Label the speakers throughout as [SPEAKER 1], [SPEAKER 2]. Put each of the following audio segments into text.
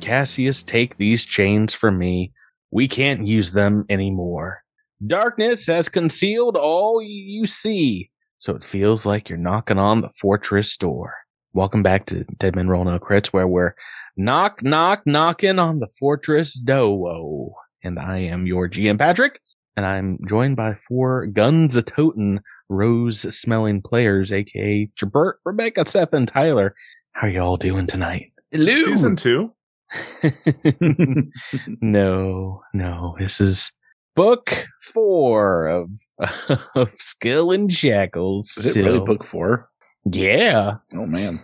[SPEAKER 1] Cassius take these chains from me? We can't use them anymore. Darkness has concealed all you see, so it feels like you're knocking on the fortress door. Welcome back to Dead Men Roll No Crits, where we're knock, knock, knocking on the fortress door. And I am your GM Patrick, and I'm joined by four guns a totin' rose smelling players, aka Jabert, Rebecca, Seth, and Tyler. How are y'all doing tonight?
[SPEAKER 2] Season two.
[SPEAKER 1] no, no, this is book four of of Skill and Shackles.
[SPEAKER 2] Is it
[SPEAKER 1] still.
[SPEAKER 2] really book four?
[SPEAKER 1] Yeah,
[SPEAKER 2] Oh man.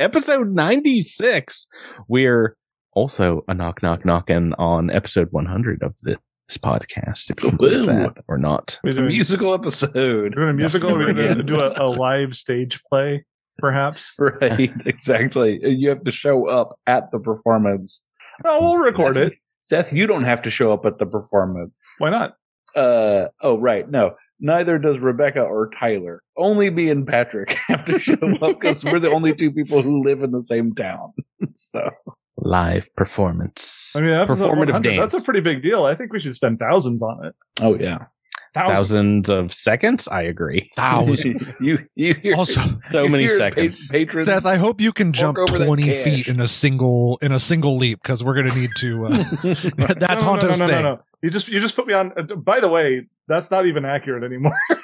[SPEAKER 1] episode 96 we're also a knock knock knocking on episode 100 of this podcast if you can believe
[SPEAKER 2] Ooh.
[SPEAKER 1] that or not
[SPEAKER 3] We're
[SPEAKER 4] A
[SPEAKER 3] doing,
[SPEAKER 4] musical episode.
[SPEAKER 3] doing a musical.
[SPEAKER 4] Never
[SPEAKER 3] Are we going to
[SPEAKER 4] again.
[SPEAKER 3] do a, a live stage play, perhaps?
[SPEAKER 4] Right, exactly. You have to show up at the performance.
[SPEAKER 3] No, we'll record it.
[SPEAKER 4] Seth, you don't have to show up at the performance.
[SPEAKER 3] Why not?
[SPEAKER 4] Uh oh right, no. Neither does Rebecca or Tyler. Only me and Patrick have to show up because we're the only two people who live in the same town. So
[SPEAKER 1] live performance
[SPEAKER 3] I mean, episode
[SPEAKER 1] Performative
[SPEAKER 3] 100,
[SPEAKER 1] dance.
[SPEAKER 3] That's a pretty big deal. I think we should spend thousands on it.
[SPEAKER 4] Oh yeah.
[SPEAKER 1] thousands of seconds i agree
[SPEAKER 4] you you hear
[SPEAKER 5] Also,
[SPEAKER 1] so
[SPEAKER 4] you
[SPEAKER 1] many
[SPEAKER 4] hear pa-
[SPEAKER 1] seconds
[SPEAKER 4] patrons.
[SPEAKER 5] Seth, I hope you can jump
[SPEAKER 4] over that
[SPEAKER 5] twenty
[SPEAKER 4] cash.
[SPEAKER 5] feet in a single in a single leap because we're gonna need to. Uh, that's
[SPEAKER 3] No, no, no,
[SPEAKER 5] Honto's
[SPEAKER 3] no, no,
[SPEAKER 5] thing.
[SPEAKER 3] no. You just you just put me on. uh, By the way, that's not even accurate anymore.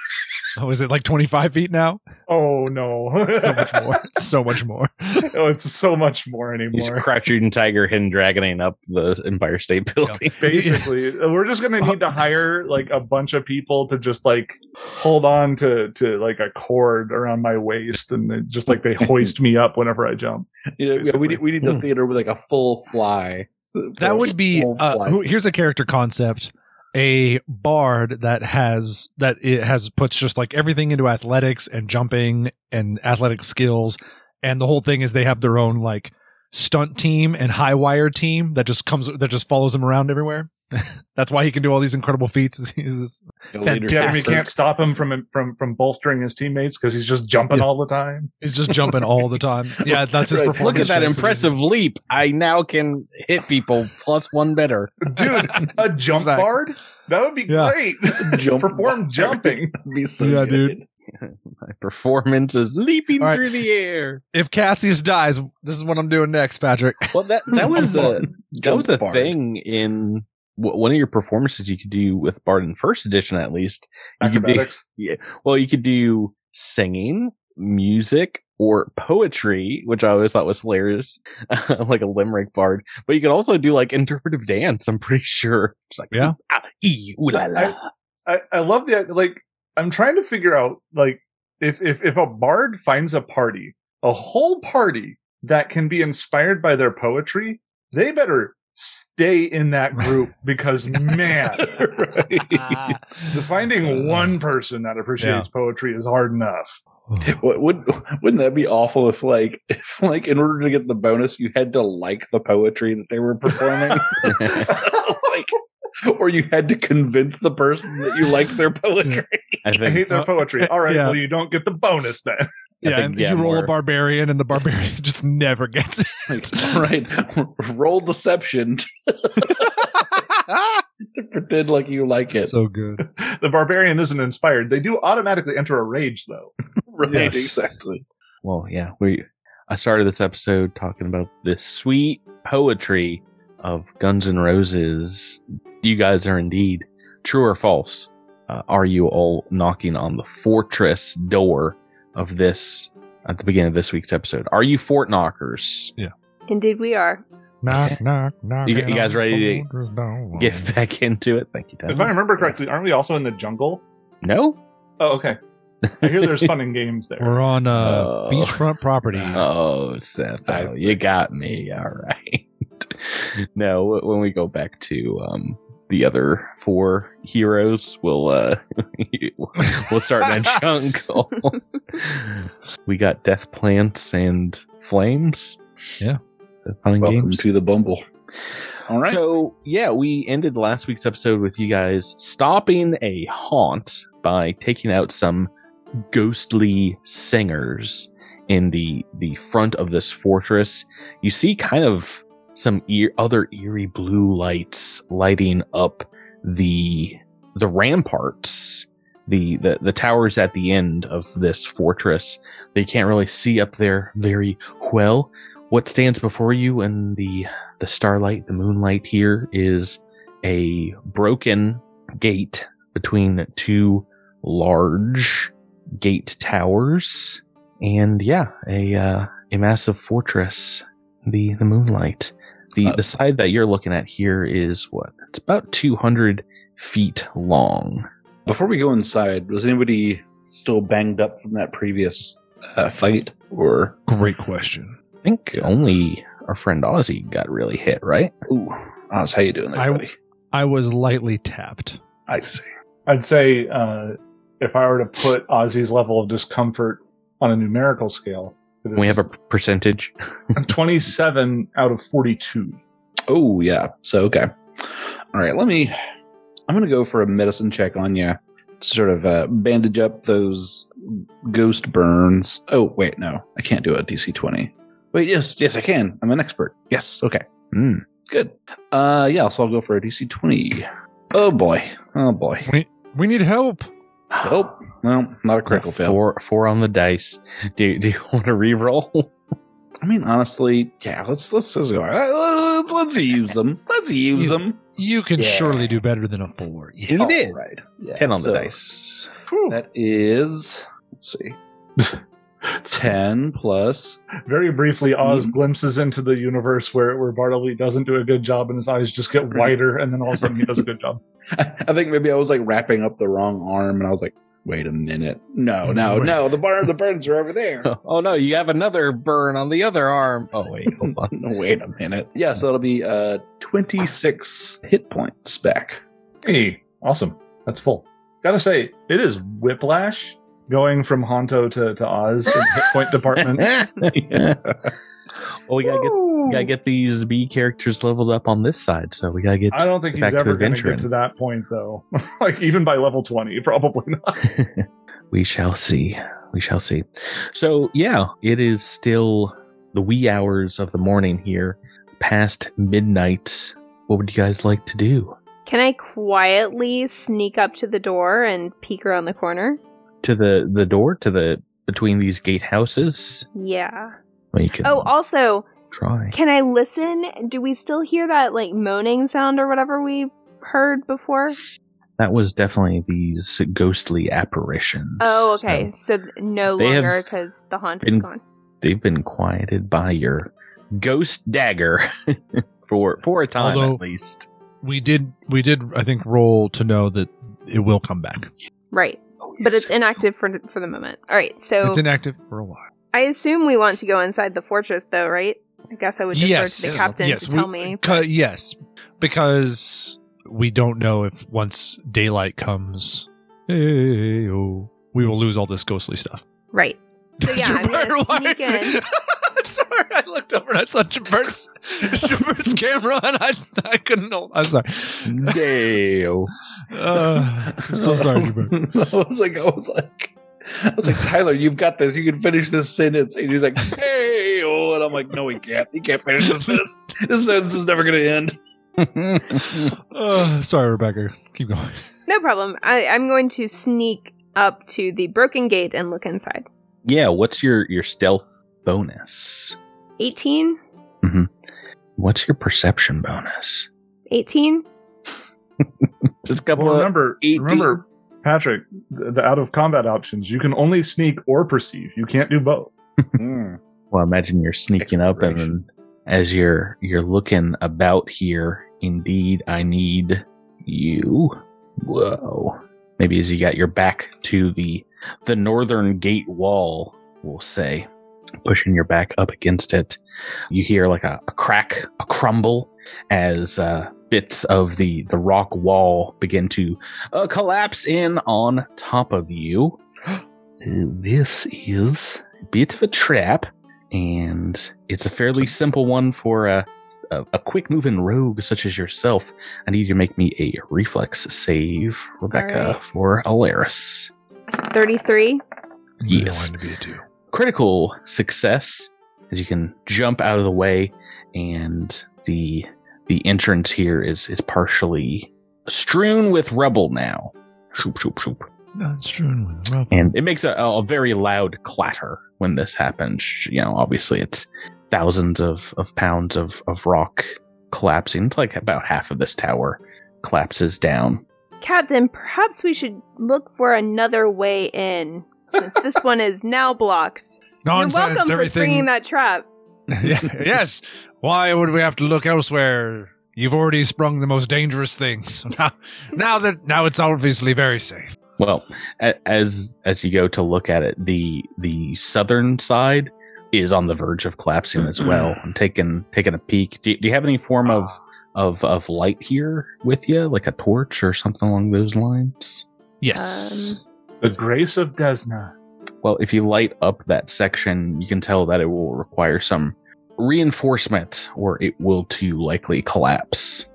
[SPEAKER 5] Oh, is it like twenty five feet now?
[SPEAKER 3] Oh no.
[SPEAKER 5] So much more. so much more.
[SPEAKER 3] oh, it's so much more
[SPEAKER 1] he's
[SPEAKER 3] anymore.
[SPEAKER 1] crouching tiger hidden dragoning up the empire state building
[SPEAKER 3] Basically, we're just gonna need to hire like a bunch of people to just like hold on to to like a cord around my waist, and then just like they hoist me up whenever I jump.
[SPEAKER 4] You know, yeah, we
[SPEAKER 3] basically.
[SPEAKER 4] need we need
[SPEAKER 1] Mm.
[SPEAKER 4] the
[SPEAKER 5] Hmm.
[SPEAKER 4] theater with like a full fly.
[SPEAKER 5] That would be.
[SPEAKER 4] Full
[SPEAKER 5] Uh,
[SPEAKER 4] fly.
[SPEAKER 5] who, here's a character concept: a bard that has that it has puts just like everything into athletics and jumping and athletic skills, and the whole thing is they have their own like stunt team and high wire team that just comes that just follows him around everywhere. That's why he can do all these incredible feats. is He's this
[SPEAKER 4] No
[SPEAKER 5] that
[SPEAKER 4] leadership.
[SPEAKER 3] Jeremy
[SPEAKER 5] Bastard.
[SPEAKER 3] can't stop him from from from bolstering his teammates because he's just jumping
[SPEAKER 5] Yeah.
[SPEAKER 3] all the time.
[SPEAKER 5] He's just jumping all the time. Yeah, that's his
[SPEAKER 4] Right.
[SPEAKER 5] performance.
[SPEAKER 1] look at that
[SPEAKER 5] traits.
[SPEAKER 1] impressive leap i now can hit people plus one better
[SPEAKER 3] Dude, a jump
[SPEAKER 5] Exactly.
[SPEAKER 3] bard? That would be
[SPEAKER 5] Yeah.
[SPEAKER 3] great.
[SPEAKER 4] Jump
[SPEAKER 3] Perform
[SPEAKER 4] bard.
[SPEAKER 3] jumping.
[SPEAKER 4] be so
[SPEAKER 5] Yeah,
[SPEAKER 4] good.
[SPEAKER 5] dude.
[SPEAKER 1] my performance is leaping
[SPEAKER 5] All right.
[SPEAKER 1] through the air
[SPEAKER 5] If Cassius dies, this is what I'm doing next, Patrick.
[SPEAKER 1] well that that was a that was a
[SPEAKER 4] Jump bard.
[SPEAKER 1] thing in w- one of your performances you could do with Bard in first edition at least. You could do,
[SPEAKER 3] Acrobatics.
[SPEAKER 1] well, you could do singing, music, or poetry, which I always thought was hilarious, like a limerick bard. But you could also do like interpretive dance. I'm pretty sure. Just like
[SPEAKER 5] Yeah.
[SPEAKER 1] ah, ee, ooh, la, la.
[SPEAKER 3] I, I love that like I'm trying to figure out like if if if a bard finds a party, a whole party that can be inspired by their poetry, they better stay in that group because man, the finding
[SPEAKER 5] Uh,
[SPEAKER 3] one person that appreciates poetry is hard enough.
[SPEAKER 4] What would wouldn't that be awful if like if like in order to get the bonus you had to like the poetry that they were performing like or you had to convince the person that you liked their poetry.
[SPEAKER 1] I
[SPEAKER 3] I
[SPEAKER 1] think
[SPEAKER 3] hate their poetry. All right,
[SPEAKER 5] Yeah.
[SPEAKER 3] well, you don't get the bonus then.
[SPEAKER 1] I
[SPEAKER 5] Yeah,
[SPEAKER 1] think,
[SPEAKER 5] and
[SPEAKER 1] yeah,
[SPEAKER 5] you roll
[SPEAKER 1] more-
[SPEAKER 5] a barbarian, and the barbarian just never gets it.
[SPEAKER 4] Like, all right, roll deception to pretend like you like it.
[SPEAKER 5] So good.
[SPEAKER 3] The barbarian isn't inspired. They do automatically enter a rage, though.
[SPEAKER 4] right,
[SPEAKER 5] yes.
[SPEAKER 4] exactly.
[SPEAKER 1] well, yeah, we. I started this episode talking about the sweet poetry of Guns N' Roses. You guys are indeed true or false. Uh, are you all knocking on the fortress door of this at the beginning of this week's episode? Are you fort knockers?
[SPEAKER 6] Indeed, we are.
[SPEAKER 5] Knock, knock, knock.
[SPEAKER 1] You- you guys ready to Get back into it. Thank you,
[SPEAKER 3] Oh. If I
[SPEAKER 1] Tyler.
[SPEAKER 3] remember correctly, aren't we also in the jungle?
[SPEAKER 1] No.
[SPEAKER 3] Oh, okay. I hear there's fun and games there.
[SPEAKER 5] We're on uh,
[SPEAKER 1] Oh.
[SPEAKER 5] beachfront property.
[SPEAKER 1] Oh, Seth,
[SPEAKER 4] I
[SPEAKER 1] oh,
[SPEAKER 4] see.
[SPEAKER 1] you got me. All right. no, when we go back to um, the other four heroes, we'll uh, we'll start in a jungle. we got death plants and flames.
[SPEAKER 5] Yeah.
[SPEAKER 1] So fun and
[SPEAKER 4] Welcome
[SPEAKER 1] games.
[SPEAKER 4] to the Bumble. All right.
[SPEAKER 1] So yeah, we ended last week's episode with you guys stopping a haunt by taking out some ghostly singers in the the front of this fortress. You see kind of some eer other eerie blue lights lighting up the the ramparts, the, the the towers at the end of this fortress that you can't really see up there very well. What stands before you in the the starlight, the moonlight here is a broken gate between two large gate towers and yeah a uh, a massive fortress the the moonlight the
[SPEAKER 4] Uh,
[SPEAKER 1] the side that you're looking at here is what it's about 200 feet long
[SPEAKER 4] Before we go inside, was anybody still banged up from that previous uh, fight? Or
[SPEAKER 5] Great question.
[SPEAKER 1] i think only our friend ozzy got really hit right
[SPEAKER 4] ooh, Oz, how you doing, there,
[SPEAKER 5] I-
[SPEAKER 4] buddy?
[SPEAKER 5] I was lightly tapped.
[SPEAKER 4] I see.
[SPEAKER 7] I'd say uh, if I were to put Ozzy's level of discomfort on a numerical scale, it
[SPEAKER 1] we have a
[SPEAKER 7] is
[SPEAKER 1] percentage
[SPEAKER 7] 27 out of 42.
[SPEAKER 4] Oh yeah. So okay. All right. Let me. I'm gonna go for a medicine check on you. Sort of uh, bandage up those ghost burns. Oh wait, no, I can't do a DC 20. Wait, yes, yes, I can. I'm an expert. Yes. Okay.
[SPEAKER 1] Mm.
[SPEAKER 4] Good. Uh, yeah. So I'll go for a DC 20. Oh boy. Oh boy.
[SPEAKER 5] We need help.
[SPEAKER 4] Nope. No, not a critical fail.
[SPEAKER 1] four four on the dice do, do you want to re-roll
[SPEAKER 4] I mean, honestly, yeah. Let's let's let's go. Uh, Let's, let's use them. Let's use
[SPEAKER 5] You-
[SPEAKER 4] them.
[SPEAKER 5] You can
[SPEAKER 4] Yeah.
[SPEAKER 5] surely do better than a four. Yeah.
[SPEAKER 1] You did.
[SPEAKER 4] Right. Yeah,
[SPEAKER 1] 10 on
[SPEAKER 4] so-
[SPEAKER 1] the dice
[SPEAKER 7] Whew.
[SPEAKER 4] That is, let's see, 10 plus.
[SPEAKER 7] Very briefly, Oz
[SPEAKER 1] Mm-hmm.
[SPEAKER 4] Mhm.
[SPEAKER 7] glimpses into the universe where, where Bartleby doesn't do a good job and his eyes just get
[SPEAKER 1] Mm-hmm.
[SPEAKER 7] wider, and then all of a sudden he does a good job.
[SPEAKER 4] I think maybe I was like wrapping up the wrong arm and I was like, wait a minute. No, no, no. The bar, the burns are over there.
[SPEAKER 1] oh no you have another burn on the other arm oh wait hold on
[SPEAKER 4] No, wait a minute. Yeah, so it'll be uh 26 hit points back.
[SPEAKER 7] Hey, awesome. That's full. Gotta say, it is whiplash going from Honto to, to Oz in the hit point department.
[SPEAKER 1] well we gotta get we gotta get these b characters leveled up on this side so we gotta get
[SPEAKER 7] I don't think he's
[SPEAKER 1] Back to
[SPEAKER 7] ever going to
[SPEAKER 1] adventuring.
[SPEAKER 7] get to that point, though. like, even by level 20, probably not.
[SPEAKER 1] we shall see. We shall see. So, yeah, it is still the wee hours of the morning here, past midnight. What would you guys like to do?
[SPEAKER 6] Can I quietly sneak up to the door and peek around the corner?
[SPEAKER 1] To the the door to the between these gatehouses?
[SPEAKER 6] Yeah.
[SPEAKER 1] Well, you can
[SPEAKER 6] Oh, also,
[SPEAKER 1] try.
[SPEAKER 6] can I listen? Do we still hear that like moaning sound or whatever we heard before?
[SPEAKER 1] That was definitely these ghostly apparitions.
[SPEAKER 6] Oh, okay.
[SPEAKER 1] So
[SPEAKER 6] So, th- no
[SPEAKER 1] They have
[SPEAKER 6] longer because the haunt is
[SPEAKER 1] been-
[SPEAKER 6] gone.
[SPEAKER 1] they've been quieted by your ghost dagger for for a time
[SPEAKER 5] Although-
[SPEAKER 1] at least.
[SPEAKER 5] We did. We did. I think roll to know that it will come back.
[SPEAKER 6] Right.
[SPEAKER 1] Oh,
[SPEAKER 6] But
[SPEAKER 1] yes.
[SPEAKER 6] it's inactive for for the moment. All right. So
[SPEAKER 5] it's inactive for a while.
[SPEAKER 6] I assume we want to go inside the fortress, though, right? I guess I would defer
[SPEAKER 5] yes.
[SPEAKER 6] to the captain
[SPEAKER 5] yes,
[SPEAKER 6] to
[SPEAKER 5] we-
[SPEAKER 6] tell me.
[SPEAKER 5] ca- yes, because we don't know if once daylight comes, hey-oh, we will lose all this ghostly stuff.
[SPEAKER 6] Right. So yeah,
[SPEAKER 5] Your
[SPEAKER 6] I'm gonna
[SPEAKER 5] bird
[SPEAKER 6] sneak
[SPEAKER 5] lies.
[SPEAKER 6] in.
[SPEAKER 5] sorry, I looked over and I saw Jabert's, Jabert's camera and I, I couldn't hold. I'm sorry.
[SPEAKER 1] Damn.
[SPEAKER 5] Uh, I'm so sorry, Jabert.
[SPEAKER 4] I was like, I was like, I was like, Tyler, you've got this. You can finish this sentence. And he's like, hey, oh, and I'm like, no, he can't. He can't finish this sentence. This sentence is never going to end.
[SPEAKER 5] Uh, sorry, Rebecca. Keep going.
[SPEAKER 6] No problem. I, I'm going to sneak up to the broken gate and look inside.
[SPEAKER 1] yeah, what's your your stealth bonus?
[SPEAKER 6] 18?
[SPEAKER 1] What's your perception bonus?
[SPEAKER 6] 18?
[SPEAKER 1] Just a couple
[SPEAKER 7] Well, remember,
[SPEAKER 1] 18.
[SPEAKER 7] remember, Patrick, the, the out of combat options, you can only sneak or perceive. You can't do both.
[SPEAKER 4] hmm.
[SPEAKER 1] Well, imagine you're sneaking up, and then as you're you're looking about here, indeed, I need you. Whoa! Maybe as you got your back to the the northern gate wall, we'll say, pushing your back up against it, you hear like a, a crack, a crumble, as uh, bits of the the rock wall begin to uh, collapse in on top of you. Uh, this is a bit of a trap and it's a fairly simple one for a, a, a quick moving rogue such as yourself. I need you to make me a reflex save, Rebecca,
[SPEAKER 6] All right.
[SPEAKER 1] for Alaris.
[SPEAKER 6] 33?
[SPEAKER 1] Yes.
[SPEAKER 5] to be a two.
[SPEAKER 1] Critical success as you can jump out of the way and the the entrance here is is partially strewn with rubble now. Shoop shoop shoop.
[SPEAKER 5] Not strewn with rubble.
[SPEAKER 1] And it makes a, a very loud clatter when this happens. You know, obviously it's thousands of, of pounds of, of rock collapsing. It's like about half of this tower collapses down.
[SPEAKER 6] Captain, perhaps we should look for another way in, since this one is now blocked. You're
[SPEAKER 5] Nonsense,
[SPEAKER 6] welcome for
[SPEAKER 5] everything.
[SPEAKER 6] springing that trap.
[SPEAKER 5] Yeah, yes. Why would we have to look elsewhere? You've already sprung the most dangerous things. Now, now that now it's obviously very safe.
[SPEAKER 1] Well, a- as as you go to look at it, the the southern side is on the verge of collapsing as well. I'm taking taking a peek. Do you, do you have any form of of of light here with you, like a torch or something along those lines?
[SPEAKER 5] Yes.
[SPEAKER 6] Um,
[SPEAKER 7] The grace of Desna.
[SPEAKER 1] Well, if you light up that section, you can tell that it will require some reinforcement, or it will too likely collapse.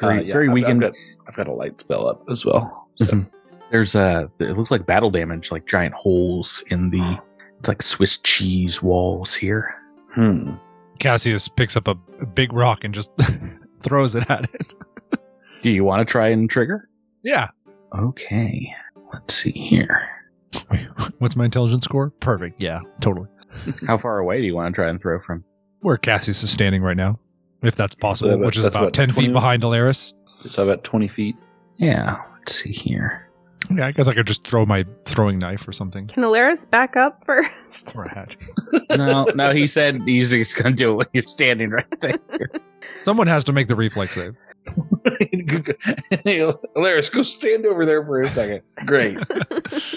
[SPEAKER 4] Very,
[SPEAKER 1] Uh, yeah,
[SPEAKER 4] very
[SPEAKER 1] I've-
[SPEAKER 4] weakened.
[SPEAKER 1] I've
[SPEAKER 4] I've got, a light spell up as well. So.
[SPEAKER 1] Mhm. There's a. It looks like battle damage, like giant holes in the. It's like Swiss cheese walls here.
[SPEAKER 4] hmm.
[SPEAKER 5] Cassius picks up a, a big rock and just throws it at it.
[SPEAKER 1] Do you want to try and trigger?
[SPEAKER 5] Yeah.
[SPEAKER 1] Okay. Let's see here.
[SPEAKER 5] What's my intelligence score? Perfect. Yeah, totally.
[SPEAKER 1] How far away do you want to try and throw from?
[SPEAKER 5] Where Cassius is standing right now, if that's possible,
[SPEAKER 4] That's about-
[SPEAKER 5] which is
[SPEAKER 4] that's
[SPEAKER 5] about,
[SPEAKER 4] about
[SPEAKER 5] 10
[SPEAKER 4] 20.
[SPEAKER 5] feet behind Alaris.
[SPEAKER 4] So about twenty feet.
[SPEAKER 1] Yeah, let's see here.
[SPEAKER 5] Yeah, I guess I could just throw my throwing knife or something.
[SPEAKER 6] can Alaris back up first?
[SPEAKER 5] Or a hatchet.
[SPEAKER 1] No, no, he said he's just gonna do it when you're standing right there.
[SPEAKER 5] Someone has to make the reflex save.
[SPEAKER 4] Laris, go stand over there for a second. Great.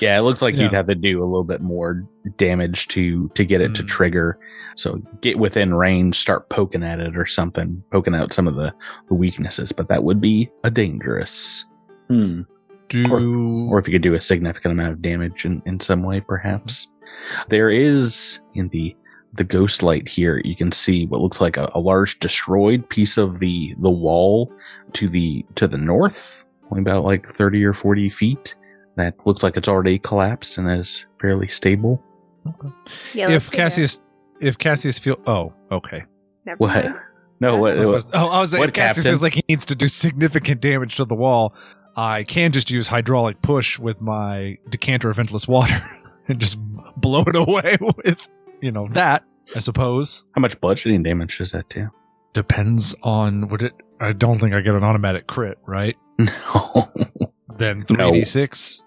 [SPEAKER 1] yeah, it looks like
[SPEAKER 5] Yeah.
[SPEAKER 1] you'd have to do a little bit more damage to to get it to
[SPEAKER 5] Mm.
[SPEAKER 1] trigger. So get within range, start poking at it or something, poking out some of the, the weaknesses, but that would be a dangerous.
[SPEAKER 4] Hmm.
[SPEAKER 5] Do
[SPEAKER 1] or if you could do a significant amount of damage in, in some way perhaps there is in the the ghost light here you can see what looks like a, a large destroyed piece of the the wall to the to the north only about like 30 or 40 feet that looks like it's already collapsed and is fairly stable
[SPEAKER 5] Okay.
[SPEAKER 6] Yeah, let's
[SPEAKER 5] if
[SPEAKER 6] go there.
[SPEAKER 5] Cassius if Cassius feel oh okay
[SPEAKER 6] Never
[SPEAKER 1] what
[SPEAKER 6] mind.
[SPEAKER 1] no what,
[SPEAKER 5] I was, oh, I was like,
[SPEAKER 1] what
[SPEAKER 5] if Cassius
[SPEAKER 1] captain?
[SPEAKER 5] feels like he needs to do significant damage to the wall. I can just use hydraulic push with my decanter of endless water and just blow it away with you know that I suppose
[SPEAKER 1] how much bludgeoning damage does that do
[SPEAKER 5] depends on what it. I don't think I get an automatic crit right.
[SPEAKER 1] no
[SPEAKER 5] Then
[SPEAKER 1] No.
[SPEAKER 5] three d six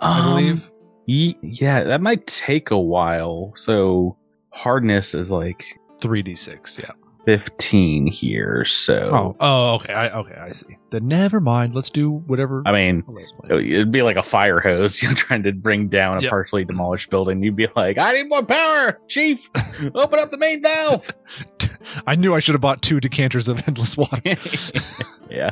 [SPEAKER 5] I
[SPEAKER 6] Um,
[SPEAKER 5] believe.
[SPEAKER 1] Um, ye- yeah that might take a while so hardness is like
[SPEAKER 5] 3d6 yeah
[SPEAKER 1] 15 here.
[SPEAKER 5] oh
[SPEAKER 1] So,
[SPEAKER 5] oh okay I, okay i see then never mind let's do whatever
[SPEAKER 1] I mean,
[SPEAKER 5] Let's play.
[SPEAKER 1] it'd be like a fire hose. You're trying to bring down a
[SPEAKER 5] Yep.
[SPEAKER 1] partially demolished building. You'd be like, I need more power, Chief. Open up the main valve.
[SPEAKER 5] I knew I should have bought two decanters of endless water.
[SPEAKER 1] yeah.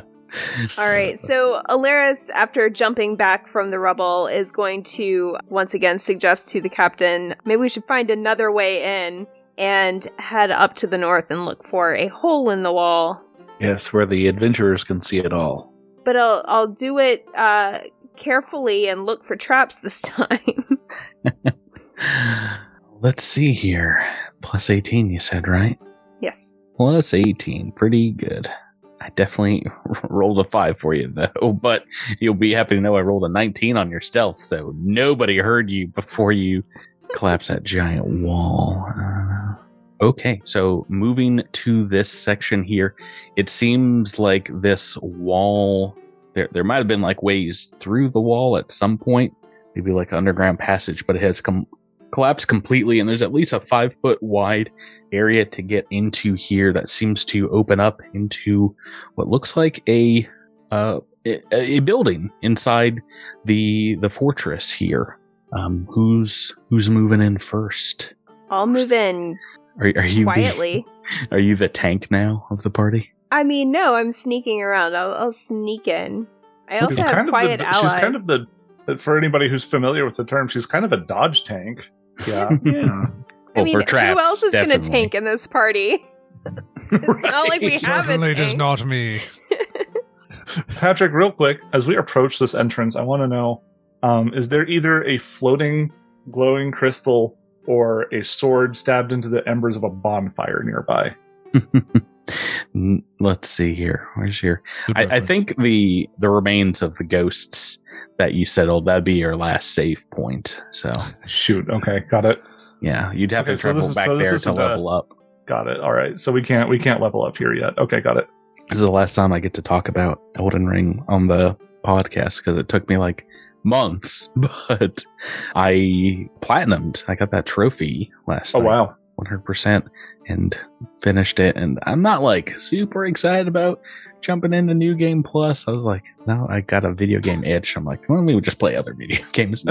[SPEAKER 6] All right, so Alaris, after jumping back from the rubble, is going to once again suggest to the captain maybe we should find another way in and head up to the north and look for a hole in the wall.
[SPEAKER 4] Yes, where the adventurers can see it all.
[SPEAKER 6] But I'll, I'll do it uh, carefully and look for traps this time.
[SPEAKER 1] Let's see here. Plus 18, you said, right?
[SPEAKER 6] yes.
[SPEAKER 1] Plus 18. Pretty good. I definitely rolled a five for you, though, but you'll be happy to know I rolled a 19 on your stealth, so nobody heard you before you collapse that giant wall. Uh, okay, so moving to this section here, it seems like this wall. There, there might have been like ways through the wall at some point, maybe like underground passage, but it has com- collapsed completely, and there's at least a five foot wide area to get into here that seems to open up into what looks like a uh, a, a building inside the the fortress here. Um, who's who's moving in first?
[SPEAKER 6] I'll move in
[SPEAKER 1] Are, are you
[SPEAKER 6] quietly.
[SPEAKER 1] The, are you the tank now of the party?
[SPEAKER 6] I mean, no, I'm sneaking around. I'll, I'll sneak in. I also
[SPEAKER 7] She's
[SPEAKER 6] have
[SPEAKER 7] kind, of
[SPEAKER 6] quiet
[SPEAKER 7] the,
[SPEAKER 6] allies.
[SPEAKER 7] she's kind of the, for anybody who's familiar with the term, she's kind of a dodge tank. Yeah.
[SPEAKER 4] Yeah.
[SPEAKER 6] I mean,
[SPEAKER 1] for traps,
[SPEAKER 6] who else is going to
[SPEAKER 1] definitely.
[SPEAKER 6] tank in this party? It's not like we have a
[SPEAKER 5] Certainly
[SPEAKER 6] tank.
[SPEAKER 5] does not me.
[SPEAKER 7] Patrick, real quick, as we approach this entrance, I want to know um, is there either a floating, glowing crystal or a sword stabbed into the embers of a bonfire nearby?
[SPEAKER 1] N- Let's see here. Where's your? I, I think the the remains of the ghosts that you settled that'd be your last save point. So
[SPEAKER 7] Shoot. Okay, got it.
[SPEAKER 1] yeah, you'd have
[SPEAKER 7] Okay,
[SPEAKER 1] to
[SPEAKER 7] so this
[SPEAKER 1] travel
[SPEAKER 7] is-
[SPEAKER 1] back
[SPEAKER 7] so this
[SPEAKER 1] there to
[SPEAKER 7] isn't a-
[SPEAKER 1] level up.
[SPEAKER 7] Got it. All right. So we can't we can't level up here yet. Okay, got it.
[SPEAKER 1] This is the last time I get to talk about Elden Ring on the podcast because it took me like months, but I platinumed. I got that trophy last
[SPEAKER 7] Oh
[SPEAKER 1] night.
[SPEAKER 7] wow.
[SPEAKER 1] 100% and finished it and i'm not like super excited about jumping into new game plus i was like no i got a video game itch i'm like well, let me just play other video games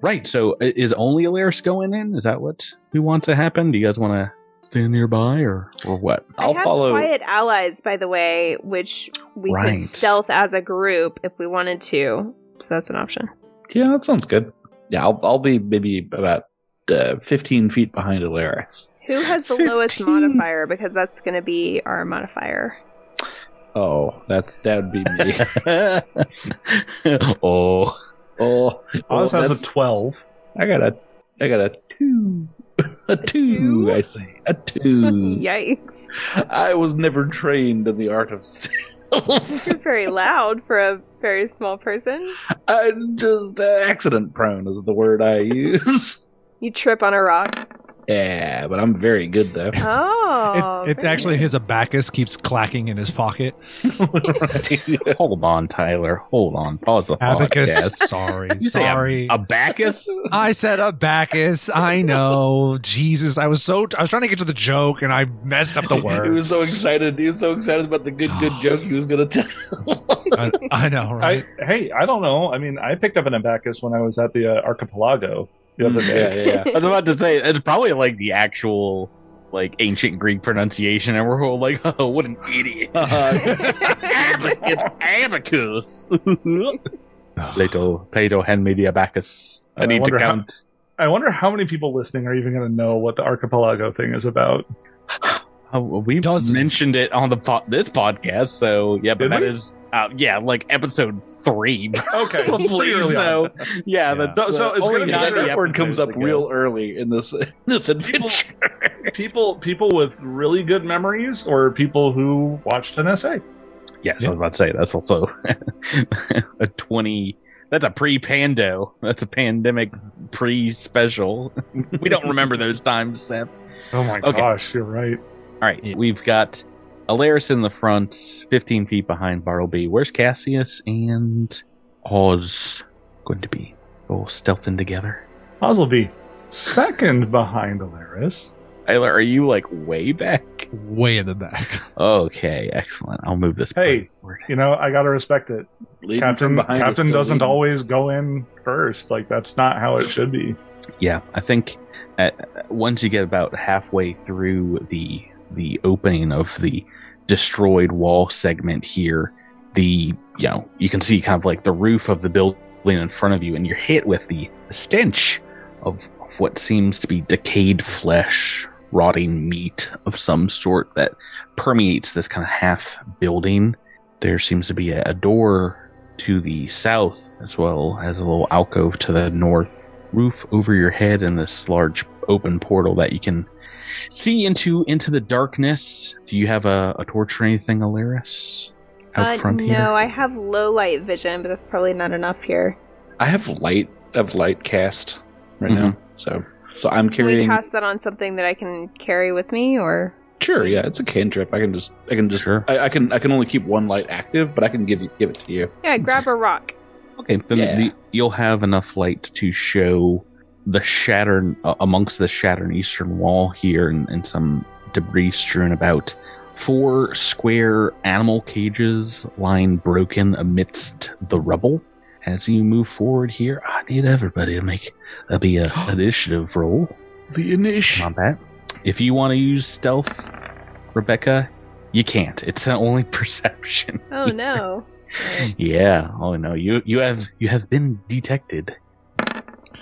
[SPEAKER 1] right so i- is only Alaris going in is that what we want to happen do you guys want to stand nearby or or what
[SPEAKER 4] I'll
[SPEAKER 6] I have
[SPEAKER 4] follow.
[SPEAKER 6] Quiet Allies, by the way, which we
[SPEAKER 1] Right.
[SPEAKER 6] could stealth as a group if we wanted to. So that's an option.
[SPEAKER 4] Yeah, that sounds good. Yeah, I'll, I'll be maybe about uh, 15 feet behind Alaris.
[SPEAKER 6] Who has the lowest
[SPEAKER 1] 15.
[SPEAKER 6] modifier? Because that's going to be our modifier.
[SPEAKER 4] Oh, that's that would be me.
[SPEAKER 1] oh
[SPEAKER 4] oh, oh,
[SPEAKER 7] Oz has
[SPEAKER 4] that's-
[SPEAKER 7] a twelve.
[SPEAKER 4] I got a, I got a two, a two.
[SPEAKER 6] two?
[SPEAKER 4] I say a
[SPEAKER 1] Hmm.
[SPEAKER 4] two.
[SPEAKER 6] Yikes.
[SPEAKER 4] I was never trained in the art of stealth.
[SPEAKER 6] You're very loud for a very small person.
[SPEAKER 4] I'm just uh, accident prone is the word I use.
[SPEAKER 6] You trip on a rock.
[SPEAKER 4] yeah, but I'm very good though.
[SPEAKER 6] Oh.
[SPEAKER 5] It's, it's
[SPEAKER 6] very
[SPEAKER 5] actually his
[SPEAKER 6] nice.
[SPEAKER 5] abacus keeps clacking in his pocket.
[SPEAKER 1] hold on tyler hold on pause the
[SPEAKER 5] Abacus.
[SPEAKER 1] podcast
[SPEAKER 5] Sorry.
[SPEAKER 1] You say ab-
[SPEAKER 5] sorry.
[SPEAKER 1] abacus
[SPEAKER 5] I said abacus. I know. Jesus. I was so, I was trying to get to the joke and I messed up the
[SPEAKER 4] He
[SPEAKER 5] word.
[SPEAKER 4] was so excited. He was so excited about the good, good joke he was going to tell.
[SPEAKER 5] I, I know, right?
[SPEAKER 7] I hey, I don't know. I mean, I picked up an abacus when I was at the uh, archipelago the other day.
[SPEAKER 4] Mm, yeah, yeah,
[SPEAKER 1] I was about to say it's probably like the actual like ancient Greek pronunciation, and we're all like, "Oh, what an idiot!"
[SPEAKER 4] Uh,
[SPEAKER 1] Abac- it's abacus. Plato, Plato, hand me the abacus. I
[SPEAKER 7] I
[SPEAKER 1] need to
[SPEAKER 7] wonder how-
[SPEAKER 1] count.
[SPEAKER 7] I wonder how many people listening are even going to know what the archipelago thing is about.
[SPEAKER 1] Oh, we
[SPEAKER 5] Dozens.
[SPEAKER 1] mentioned it on the po- this podcast, so yeah, but
[SPEAKER 7] Did
[SPEAKER 1] that
[SPEAKER 7] we?
[SPEAKER 1] is uh, yeah, like episode three.
[SPEAKER 7] Okay,
[SPEAKER 1] Probably so. Yeah, the
[SPEAKER 7] So, so it's going
[SPEAKER 4] Only
[SPEAKER 7] to be
[SPEAKER 4] that
[SPEAKER 7] better
[SPEAKER 4] that word comes up real early in this in this adventure.
[SPEAKER 7] people people with really good memories or people who watched an essay.
[SPEAKER 1] Yes, I was about to say that's also a twenty. That's a pre-pando. That's a pandemic pre-special. we don't remember those times, Seth.
[SPEAKER 7] Oh my
[SPEAKER 1] Okay.
[SPEAKER 7] gosh, you're right.
[SPEAKER 1] All right, we've got Alaris in the front, fifteen feet behind Bartleby. Where's Cassius and Oz going to be? All stealthing together.
[SPEAKER 7] Osleby, second behind Alaris.
[SPEAKER 1] Ayla, are you like way back?
[SPEAKER 5] Way in the back.
[SPEAKER 1] Okay, excellent. I'll move this.
[SPEAKER 7] Hey.
[SPEAKER 1] part forward.
[SPEAKER 7] You know, I gotta respect it.
[SPEAKER 4] Leading
[SPEAKER 7] Captain
[SPEAKER 4] from behind is
[SPEAKER 7] Captain
[SPEAKER 4] still
[SPEAKER 7] doesn't
[SPEAKER 4] leading.
[SPEAKER 7] always go in first. Like that's not how it should be.
[SPEAKER 1] yeah i think at, once you get about halfway through the the opening of the destroyed wall segment here the you know you can see kind of like the roof of the building in front of you and you're hit with the stench of, of what seems to be decayed flesh rotting meat of some sort that permeates this kind of half building there seems to be a, a door to the south as well as a little alcove to the north roof over your head and this large open portal that you can see into into the darkness. Do you have a, a torch or anything, Alaris? Out
[SPEAKER 6] Uh,
[SPEAKER 1] front
[SPEAKER 6] no,
[SPEAKER 1] here?
[SPEAKER 6] I have low light vision, but that's probably not enough here.
[SPEAKER 4] I have light of light cast right now, so so I'm
[SPEAKER 6] Can
[SPEAKER 4] carrying.
[SPEAKER 6] we cast that on something that I can carry with me, or
[SPEAKER 4] Sure, yeah, it's a cantrip. I can just I can just
[SPEAKER 1] Sure.
[SPEAKER 4] I, I can I can only keep one light active, but I can give you, give it to you.
[SPEAKER 6] yeah, grab a rock.
[SPEAKER 1] Okay, then
[SPEAKER 4] Yeah.
[SPEAKER 1] the, you'll have enough light to show the shattered uh, amongst the shattered eastern wall here and, and some debris strewn about. Four square animal cages lying broken amidst the rubble. As you move forward here, I need everybody to make a be a initiative roll.
[SPEAKER 4] The initiative.
[SPEAKER 1] Combat. If you want to use stealth, Rebecca, you can't. It's only perception.
[SPEAKER 6] Oh no.
[SPEAKER 1] yeah. Oh no. You you have you have been detected.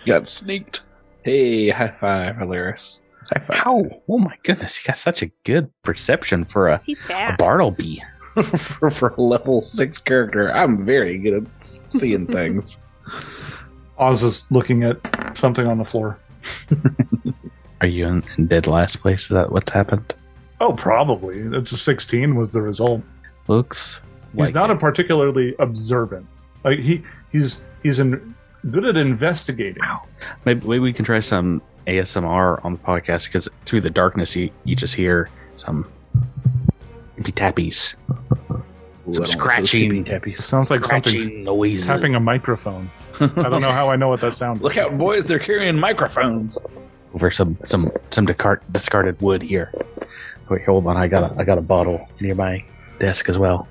[SPEAKER 4] Got sneaked. Hey, high five, Alaris. High five.
[SPEAKER 1] How? Oh my goodness, you got such a good perception for a,
[SPEAKER 6] She's
[SPEAKER 1] a
[SPEAKER 6] fast.
[SPEAKER 1] Bartleby.
[SPEAKER 4] for, for a level six character, I'm very good at s- seeing things.
[SPEAKER 7] Oz is looking at something on the floor.
[SPEAKER 1] Are you in, in dead last place? Is that what's happened?
[SPEAKER 7] Oh, probably. That's a 16 was the result.
[SPEAKER 1] Looks.
[SPEAKER 7] He's
[SPEAKER 1] like
[SPEAKER 7] not
[SPEAKER 1] it.
[SPEAKER 7] a particularly observant. Like he he's he's in, good at investigating.
[SPEAKER 1] Maybe, maybe we can try some ASMR on the podcast because through the darkness, you, you just hear some tippy tappies, some
[SPEAKER 4] Ooh, I don't want those tippy
[SPEAKER 1] scratching,
[SPEAKER 7] It sounds like something
[SPEAKER 1] scratching noises.
[SPEAKER 7] tapping a microphone. I don't know how I know what that sound.
[SPEAKER 4] Look out, boys! They're carrying microphones.
[SPEAKER 1] over some some some discard, discarded wood here. Wait, hold on. I got a, I got a bottle near my desk as well.